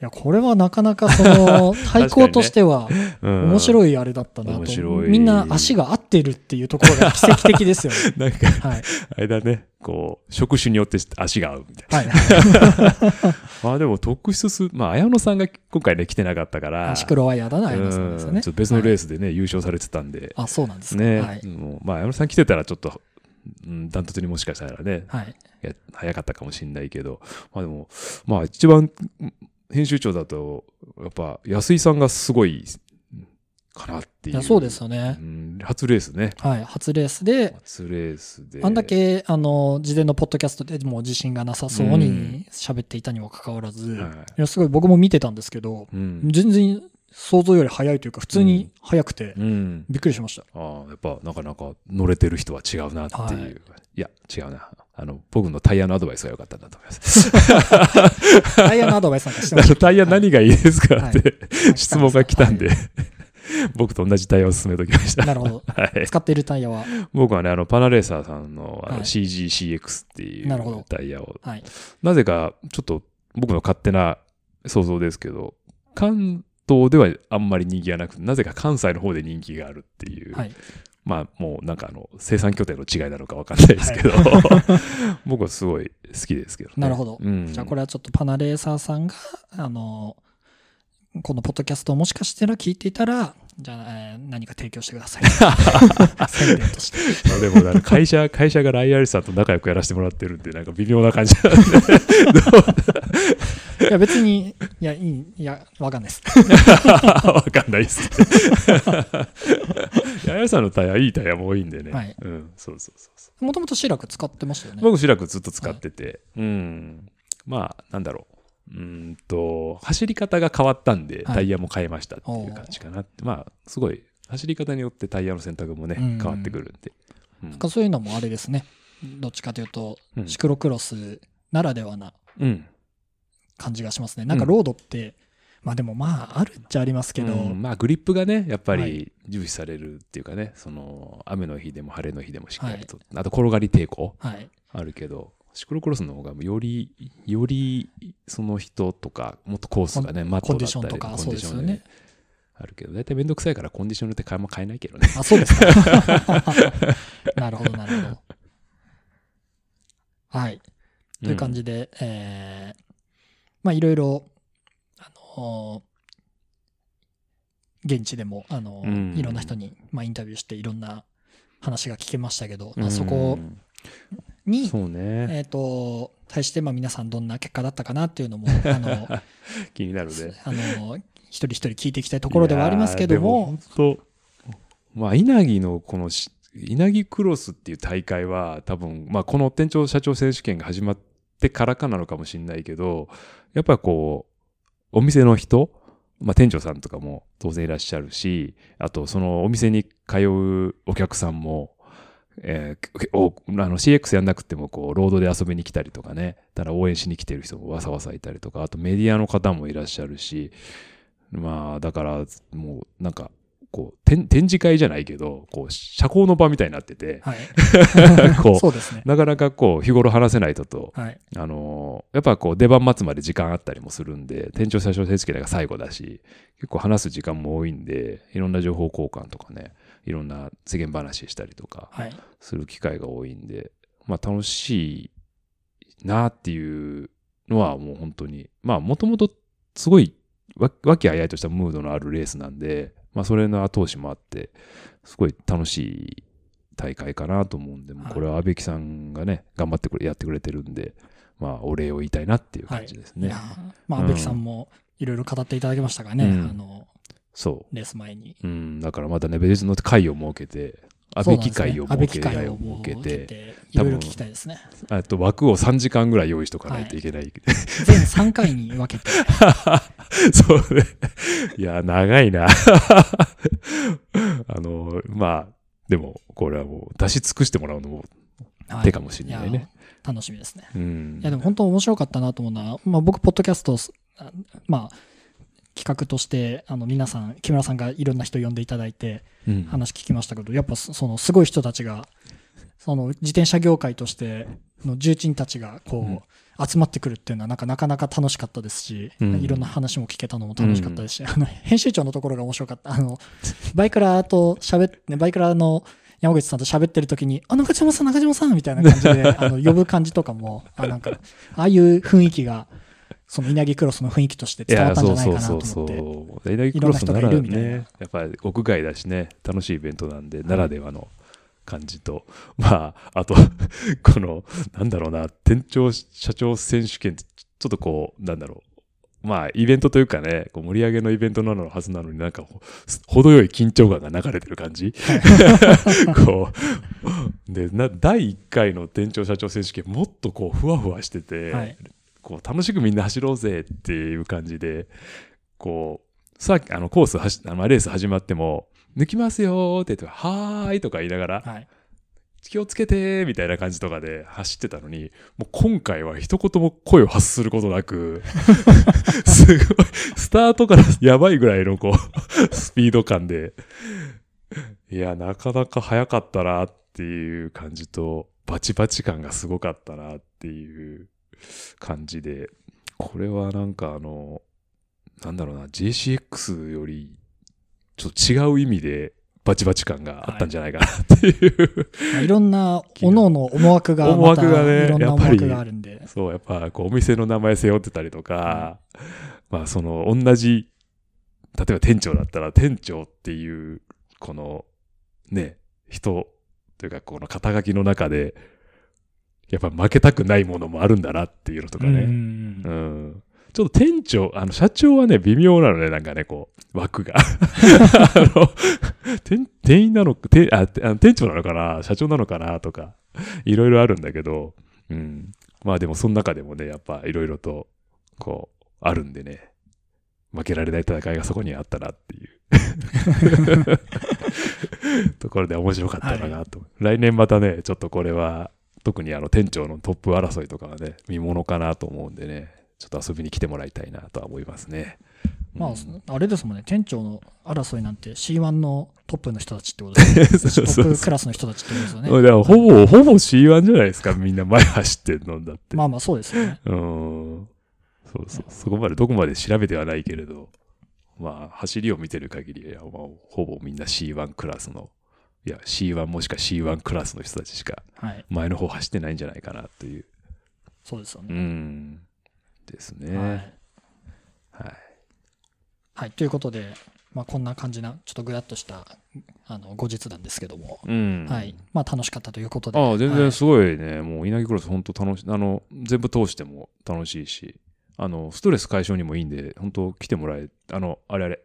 S1: いやこれはなかなか その対抗としては
S2: うん、
S1: 面白
S2: い。
S1: いあれだったな
S2: 面
S1: と、
S2: 白い
S1: みんな足が合ってるっていうところが奇跡的ですよね。
S2: なんか、
S1: はい、
S2: あれだね、こう、職種によって足が合うみたい
S1: はい、
S2: な。ああ、でも特出す、まあ、綾野さんが今回ね、来てなかったから、
S1: 足黒ワイヤーだな、あ
S2: う
S1: や
S2: ん
S1: なさんですよね
S2: ちょっと。別のレースでね、優勝されてたんで、
S1: あ、そうなんですか。
S2: ね、
S1: はい。
S2: もうまあ、綾野さん来てたらちょっと、うん、ダントツにもしかしたらね、
S1: はい。
S2: いや早かったかもしれないけど、まあでも、まあ一番、うん編集長だと、やっぱ安井さんがすごい、かなってい。
S1: いうや、そうですよ
S2: う
S1: ね。
S2: ん、初レースね。
S1: はい。初レースで、
S2: 初レースで。
S1: あんだけ、あの、事前のポッドキャストでもう自信がなさそうに喋っていたにもかかわらず、
S2: はい
S1: や、すごい僕も見てたんですけど、
S2: うん。
S1: 全然想像より早いというか、普通に早くて、
S2: うん。
S1: びっくりしました。
S2: ああ、やっぱなかなか乗れてる人は違うなっていう。
S1: はい
S2: い、や、違うな。あの、僕のタイヤのアドバイスが良かったんだと思います。
S1: タイヤのアドバイスなんかしてま
S2: あ
S1: し
S2: の、 タイヤ何がいいですかって、
S1: た。
S2: 質問が来たんで、 僕と同じタイヤを勧めときました。
S1: はい。なるほど。
S2: はい。
S1: 使っているタイヤは、
S2: 僕はね、あの、パナレーサーさんのあの
S1: はい
S2: CGCX ってい
S1: なるほど
S2: うタイヤを、
S1: はい。
S2: なぜか、ちょっと僕の勝手な想像ですけど、関東ではあんまり人気がなくて、なぜか関西の方で人気があるっていう。
S1: はい。
S2: まあもうなんかあの生産拠点の違いなのかわかんないですけど、 僕はすごい好きですけど、ね、
S1: なるほど
S2: うん、
S1: じゃあ、これはちょっとパナレーサーさんが、あの、このポッドキャストをもしかしたら聞いていたら、じゃあ、えー何か提供してくだ さい。宣伝として。
S2: まあでもなんか 会社会社がライアルさんと仲良くやらせてもらってるんでなんか微妙な感じなんで
S1: いや、別に、いや、いい、いや、わかんないです。
S2: わかんないですね ライアルさんのタイヤいいタイヤも多いんでね、
S1: はい
S2: うん、そうそうそうそう
S1: もともとシラク使ってましたよね。
S2: 僕シラクずっと使ってて、うんまあなんだろううーんと走り方が変わったん
S1: は
S2: で、
S1: い
S2: タイヤも変えましたっていう感じかなまあすごい走り方によってタイヤの選択もね
S1: うん
S2: 変わってくるんで、うん
S1: なんかそういうのもあれですね。どっちかというと、
S2: うん
S1: シクロクロスならではな
S2: うん
S1: 感じがしますね。なんかロードって、まあでもまああるっちゃありますけど、
S2: うんまあグリップがねやっぱ
S1: は
S2: り
S1: い
S2: 重視されるっていうかねその雨の日でも晴れの日でもしっかりと、あと転がり抵抗
S1: はい
S2: あるけどシクロクロスの方がよりよりその人とかもっとコースがねマットだった
S1: コンデ
S2: り
S1: ィションとか
S2: コンディション
S1: そうですよね
S2: あるけど大体めんどくさいからコンディションによって買いも買えないけどね
S1: あ、そうですか。 なるほど、なるほど。はい。という感じで、えー、まあ、いろいろ、あのー現地でも、あのー
S2: うん
S1: いろんな人に、まあ、インタビューして、いろんな話が聞けましたけど、
S2: う
S1: まあ、
S2: ん
S1: そこに
S2: そ、うね
S1: えっ、と、対して、まあ、皆さんどんな結果だったかなっていうのも、あの、あ
S2: 気になるね
S1: のー一人一人聞いていきたいところではありますけど
S2: いやー
S1: も、
S2: でも本当まあ稲城のこのし稲城クロスっていう大会は多分、まあ、この店長社長選手権が始まってからかなのかもしれないけどやっぱこうお店の人、まあ、店長さんとかも当然いらっしゃるしあとそのお店に通うお客さんも、えーおあの CX やんなくてもこうロードで遊びに来たりとかねただ応援しに来てる人もわさわさいたりとかあとメディアの方もいらっしゃるしまあ、だから、もう、なんか、こう、展展示会じゃないけど、こう、社交の場みたいになってて、
S1: はい。
S2: こ
S1: そうですね
S2: う、。なかなかこう、日頃話せない人と、
S1: はい。
S2: あのーやっぱこう、出番待つまで時間あったりもするんで、店長最初の手付けが最後だし、結構話す時間も多いんで、いろんな情報交換とかね、いろんな世間話したりとか、
S1: はい。
S2: する機会が多いんで、まあ楽しいなっていうのはもう本当に、まあもともとすごいわ和気あいあいとしたムードのあるレースなんで、まあそれの後押しもあって、すごい楽しい大会かなと思うんで、もうこれは安倍木さんがね、頑張ってくれ、やってくれてるんで、まあお礼を言いたいなっていう感じですね。
S1: いやーまあ、
S2: うん
S1: 安部木さんもいろいろ語っていただきましたがね、
S2: うん
S1: あの、
S2: そ
S1: レース前に。
S2: う。うん、だからまたね、別の会を設けて、安
S1: そう
S2: 倍
S1: なんですね安倍機
S2: 機会を設けて、
S1: 会を
S2: を設け
S1: 設け
S2: て、
S1: て、い
S2: 多
S1: ろ
S2: 分
S1: いろ聞きたいですね。
S2: あと枠を3時間ぐらい用意しとかないといけない、
S1: 全3回に分け て、
S2: そうね。いや、長いな。 あの、まあ、でも、これはもう出し尽くしてもらうのも
S1: はい
S2: 手かもしれない
S1: いや
S2: ね。
S1: ー楽しみですね。
S2: うん
S1: いや、でも本当面白かったなと思うのは、まあ、僕、ポッドキャスト、あまあ、企画として、あの、皆さん、木村さんがいろんな人呼んでいただいて、
S2: うん
S1: 話聞きましたけど、やっぱそそのすごい人たちが、その自転車業界としての重鎮たちがこう集まってくるっていうのはなんかなかなか楽しかったですし、
S2: うん
S1: いろんな話も聞けたのも楽しかったですし、あの編集長のところが面白かった。あのバイクラーと喋って、ねバイクラーの山口さんと喋ってる時に、あ、中島さん、中島さんみたいな感じ であの呼ぶ感じとかも、あなんか、ああいう雰囲気が、その稲城クロスの雰囲気として
S2: い
S1: 伝わ
S2: や
S1: ったんじ
S2: そ
S1: ゃ
S2: う
S1: ないか
S2: そう
S1: なと
S2: そう
S1: 思
S2: そ
S1: って。
S2: う。大学クロスなら
S1: いろんな人がいるみたいな
S2: ね、やっぱり屋外だしね、楽しいイベントなんで、ならではの感じと、 まあ、あと、 この、なんだろうな、店長社長選手権って、ちょっとこう、なんだろう。まあ、イベントというかね、こう盛り上げのイベントなのはずなのになんかほ、程よい緊張感が流れてる 感じ こう。で、な、第1回の店長社長選手権、もっとこう、ふわふわしてて、
S1: はい
S2: こう、楽しくみんな走ろうぜっていう感じで、こう、さっき、あの、コース走、あの、レース始まっても、抜きますよーって言って、はーいとか言いながら、
S1: はい
S2: 気をつけてーみたいな感じとかで走ってたのに、もう今回は一言も声を発することなく、すごい、スタートからやばいぐらいのこう、スピード感で、いや、なかなか早かったなっていう感じと、バチバチ感がすごかったなっていう感じで、これはなんかあの、なんだろうな、JCX より、ちょっと違う意味で、バチバチ感があったんじゃないかなっていう、
S1: まあいろんな、おのの思惑が、
S2: 思
S1: ま
S2: 惑
S1: た
S2: がね
S1: いろんな思
S2: やっぱ
S1: 惑
S2: り
S1: があるんで。
S2: そう、やっぱ、こう、お店の名前背負ってたりとか、まあ、その、同じ、例えば店長だったら、店長っていう、この、ね、人、というか、この肩書きの中で、やっぱ負けたくないものもあるんだなっていうのとかね。
S1: うん
S2: うん。ちょっと店長、あの、社長はね、微妙なのね、なんかね、こう、枠が。あの、店、店員なの、店、あ、てあの店長なのかな、社長なのかな、とか、いろいろあるんだけど、うん。まあでも、その中でもね、やっぱ、いろいろと、こう、あるんでね、負けられない戦いがそこにあったなって いう。ところで面白かったかなと。来年またね、ちょっとこれは、特にあの店長のトップ争いとかはね、見ものかなと思うんでね、ちょっと遊びに来てもらいたいなとは思いますね。
S1: まあ、あれですもんね、店長の争いなんて C1 のトップの人たちってことです
S2: そう
S1: ト
S2: そう
S1: ップ
S2: そ
S1: クラスの人たちってことですよ
S2: う。だ
S1: ね。
S2: からほぼ、ほぼ C1 じゃないですか、みんな前走ってんのだって。
S1: まあまあそうですよね。
S2: うーん。そうそう。そこまで、どこまで調べてはないけれど、まあ、走りを見てる限り、いやまあ、ほぼみんな C1 クラスの、いや、C1 もしくは C1 クラスの人たちしか、
S1: はい。
S2: 前の方走ってないんじゃないかなという。
S1: そうですよ
S2: う
S1: ね。
S2: ん。ですね。
S1: は
S2: はいい。
S1: はい。ということで、まあこんな感じな、ちょっとぐだっとした、あの、後日談ですけども。
S2: うん。
S1: はい。まあ楽しかったということで。
S2: ああ、全
S1: は
S2: 然
S1: い
S2: すごいね。もう稲城クロス本当楽しい。あの、全部通しても楽しいし、あの、ストレス解消にもいいんで、本当来てもらえ、あの、あれあれ、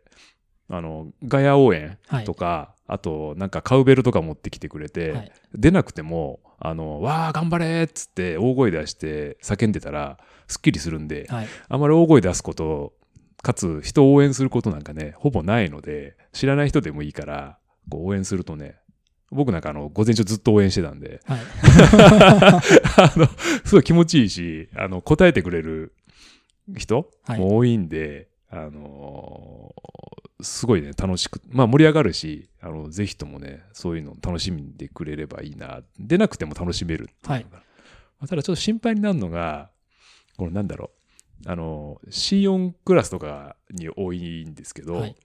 S2: あの、ガヤ応援
S1: はい
S2: とか、あと、なんかカウベルとか持ってきてくれて、
S1: はい
S2: 出なくても、あの、わあ、頑張れっつって大声出して叫んでたら、すっきりするんで、
S1: はい。
S2: あまり大声出すこと、かつ人を応援することなんかね、ほぼないので、知らない人でもいいから、こう応援するとね、僕なんかあの、午前中ずっと応援してたんで、
S1: はい。
S2: あの、すごい気持ちいいし、あの、答えてくれる人
S1: はい
S2: も多いんで、あのーすごいね、楽しく、まあ盛り上がるし、あの、ぜひともね、そういうのを楽しんでくれればいいな。出なくても楽しめるっていうのかなまあただちょっと心配になるのが、これなんだろう。あの、C4 クラスとかに多いんですけど、
S1: はい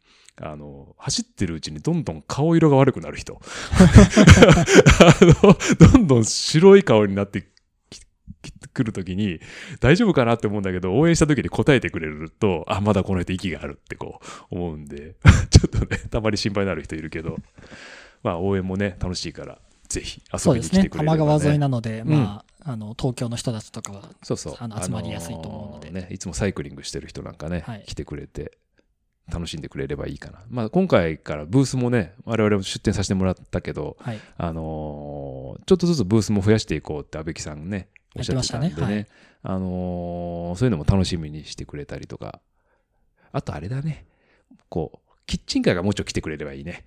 S2: あの、走ってるうちにどんどん顔色が悪くなる人。 あの、どんどん白い顔になってききくるときに、大丈夫かなって思うんだけど、応援したときに答えてくれると、あ、まだこの人息があるってこう、思うんで、 ちょっとね、たまに心配になる人いるけど、まあ応援もね、楽しいから、ぜひ遊
S1: そう
S2: び
S1: で
S2: に
S1: す
S2: 来
S1: ね。
S2: てくれれば、
S1: 玉
S2: ね。
S1: 川沿いなので、まあ、あの、東京の人たちとかは、
S2: そうそう。
S1: あの集まりやすいと思うので
S2: あね、いつもサイクリングしてる人なんかね、
S1: はい
S2: 来てくれて、楽しんでくれればいいかな。まあ、今回からブースもね、我々も出店させてもらったけど、
S1: はい。
S2: あのーちょっとずつブースも増やしていこうって安部木さんね、おっしゃってたんで
S1: やってま
S2: ね、
S1: したねはい
S2: あのーそういうのも楽しみにしてくれたりとか、あとあれだね、こう、キッチンカーがもうちょい来てくれればいいね。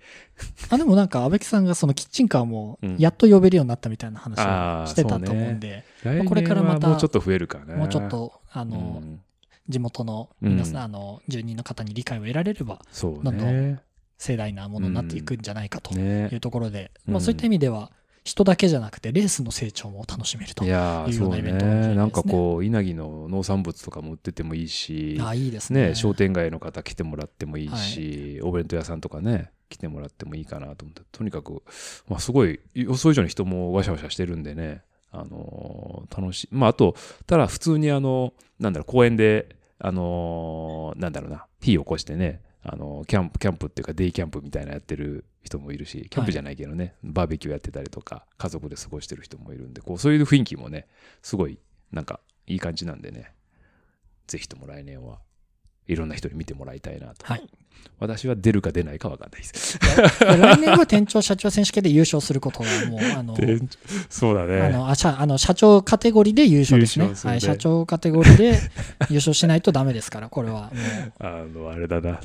S1: あ、でもなんか、安部木さんがそのキッチンカーも
S2: うん、
S1: やっと呼べるようになったみたいな話
S2: あ
S1: を
S2: ー
S1: してた
S2: そうね
S1: と思うんで、あ
S2: 来
S1: これからまた
S2: 年はもうちょっと増えるかな。
S1: もうちょっと、あの
S2: う、ん
S1: 地元の皆さん、
S2: うん
S1: あの住人の方に理解を得られれば
S2: そうね。
S1: どんど盛大なものになっていくんじゃないかと
S2: ね
S1: いうところで、
S2: うん
S1: まあ、そういった意味では人だけじゃなくてレースの成長も楽しめると
S2: いやー
S1: いうよ
S2: そうう
S1: なイ
S2: ね
S1: ベントなんじゃないですね
S2: なんかこう稲城の農産物とかも売っててもいいし、
S1: あいいですね
S2: ね、商店街の方来てもらってもいいし、お弁当屋さんとかね来てもらってもいいかなと思ってとにかく、まあ、すごい予想以上に人もわしゃわしゃしてるんでね、あのー楽しいまああとただ普通にあのなんだろう公園であのーなんだろうな火を起こしてねあのーキャンプキャンプっていうかデイキャンプみたいなやってる人もいるしキャンプじゃないけどね、バーベキューやってたりとか家族で過ごしてる人もいるんでこうそういう雰囲気もねすごいなんかいい感じなんでねぜひとも来年はいろんな人に見てもらいたいなと、
S1: はい
S2: 私は出るか出ないかわかんな いです
S1: いや 来年は店長社長選手権で優勝することはもうあ の
S2: そうだ
S1: あのあ社あの社長カテゴリーで優勝ですね
S2: 優勝するね
S1: はい、社長カテゴリーで優勝しないとダメですからこれはもう
S2: あのあれだな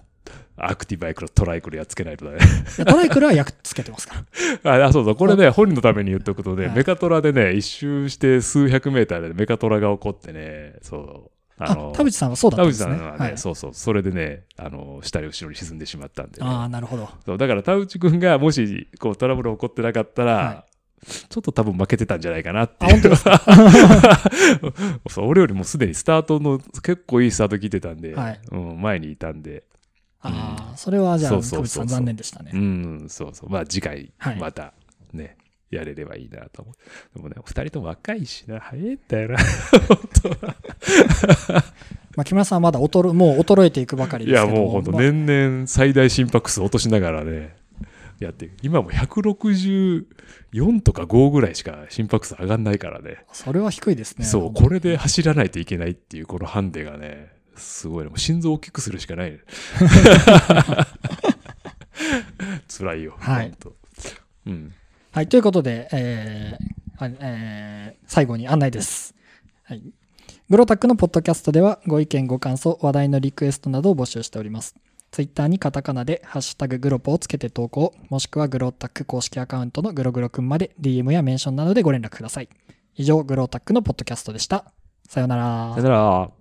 S2: アクティブアイクロトライクロやっつけないとだね
S1: いやトライクルは役つけてますから
S2: ああそうそうこれね本人のために言っておくとね、
S1: はい
S2: メカトラでね一周して数百メーターでメカトラが起こってねそう
S1: あ田
S2: 渕
S1: 淵さんはそうだったんです
S2: さ
S1: ね
S2: んはね、
S1: はい、
S2: そうそうそれでねあの下に後ろに沈んでしまったんで、ね、
S1: ああなるほど
S2: そうだから田内君がもしこうトラブル起こってなかったら、
S1: は
S2: ちょっと多分負けてたんじゃないかなって
S1: あ本
S2: い
S1: 当
S2: う
S1: で。
S2: そう俺よりもすでにスタートの結構いいスタート聞いてたんで、
S1: はい
S2: うん、前にいたんで、
S1: ああそれはじゃあ
S2: そ
S1: 田
S2: うそうそう
S1: 淵
S2: そ
S1: さ
S2: うん
S1: 残念でしたね
S2: うん、そうそう。まあ次回
S1: はい、
S2: またね、やれればいいなと思う。でもね、お二人とも若いしな、早いんだよな。
S1: まあ、木村さんはまだ衰えもう衰えていくばかり
S2: い
S1: です
S2: や、
S1: けど
S2: もうほんと、
S1: まあ
S2: 年々最大心拍数落としながらね、やって、今も164とか5ぐらいしか心拍数上がんないからね。
S1: それは低いですね。
S2: そう、これで走らないといけないっていうこのハンデがね、すごいね。もう心臓を大きくするし かない、ね。辛いよ。
S1: はい
S2: ほんと。うん。
S1: はい、ということで、えーあえー最後に案内です。はい。グロタックのポッドキャストではご意見、ご感想、話題のリクエストなどを募集しております。ツイッターにカタカナで、ハッシュタググロポをつけて投稿、もしくはグロタック公式アカウントのグログロくんまで DM やメンションなどでご連絡ください。以上、グロタックのポッドキャストでした。さようなら
S2: だ。から、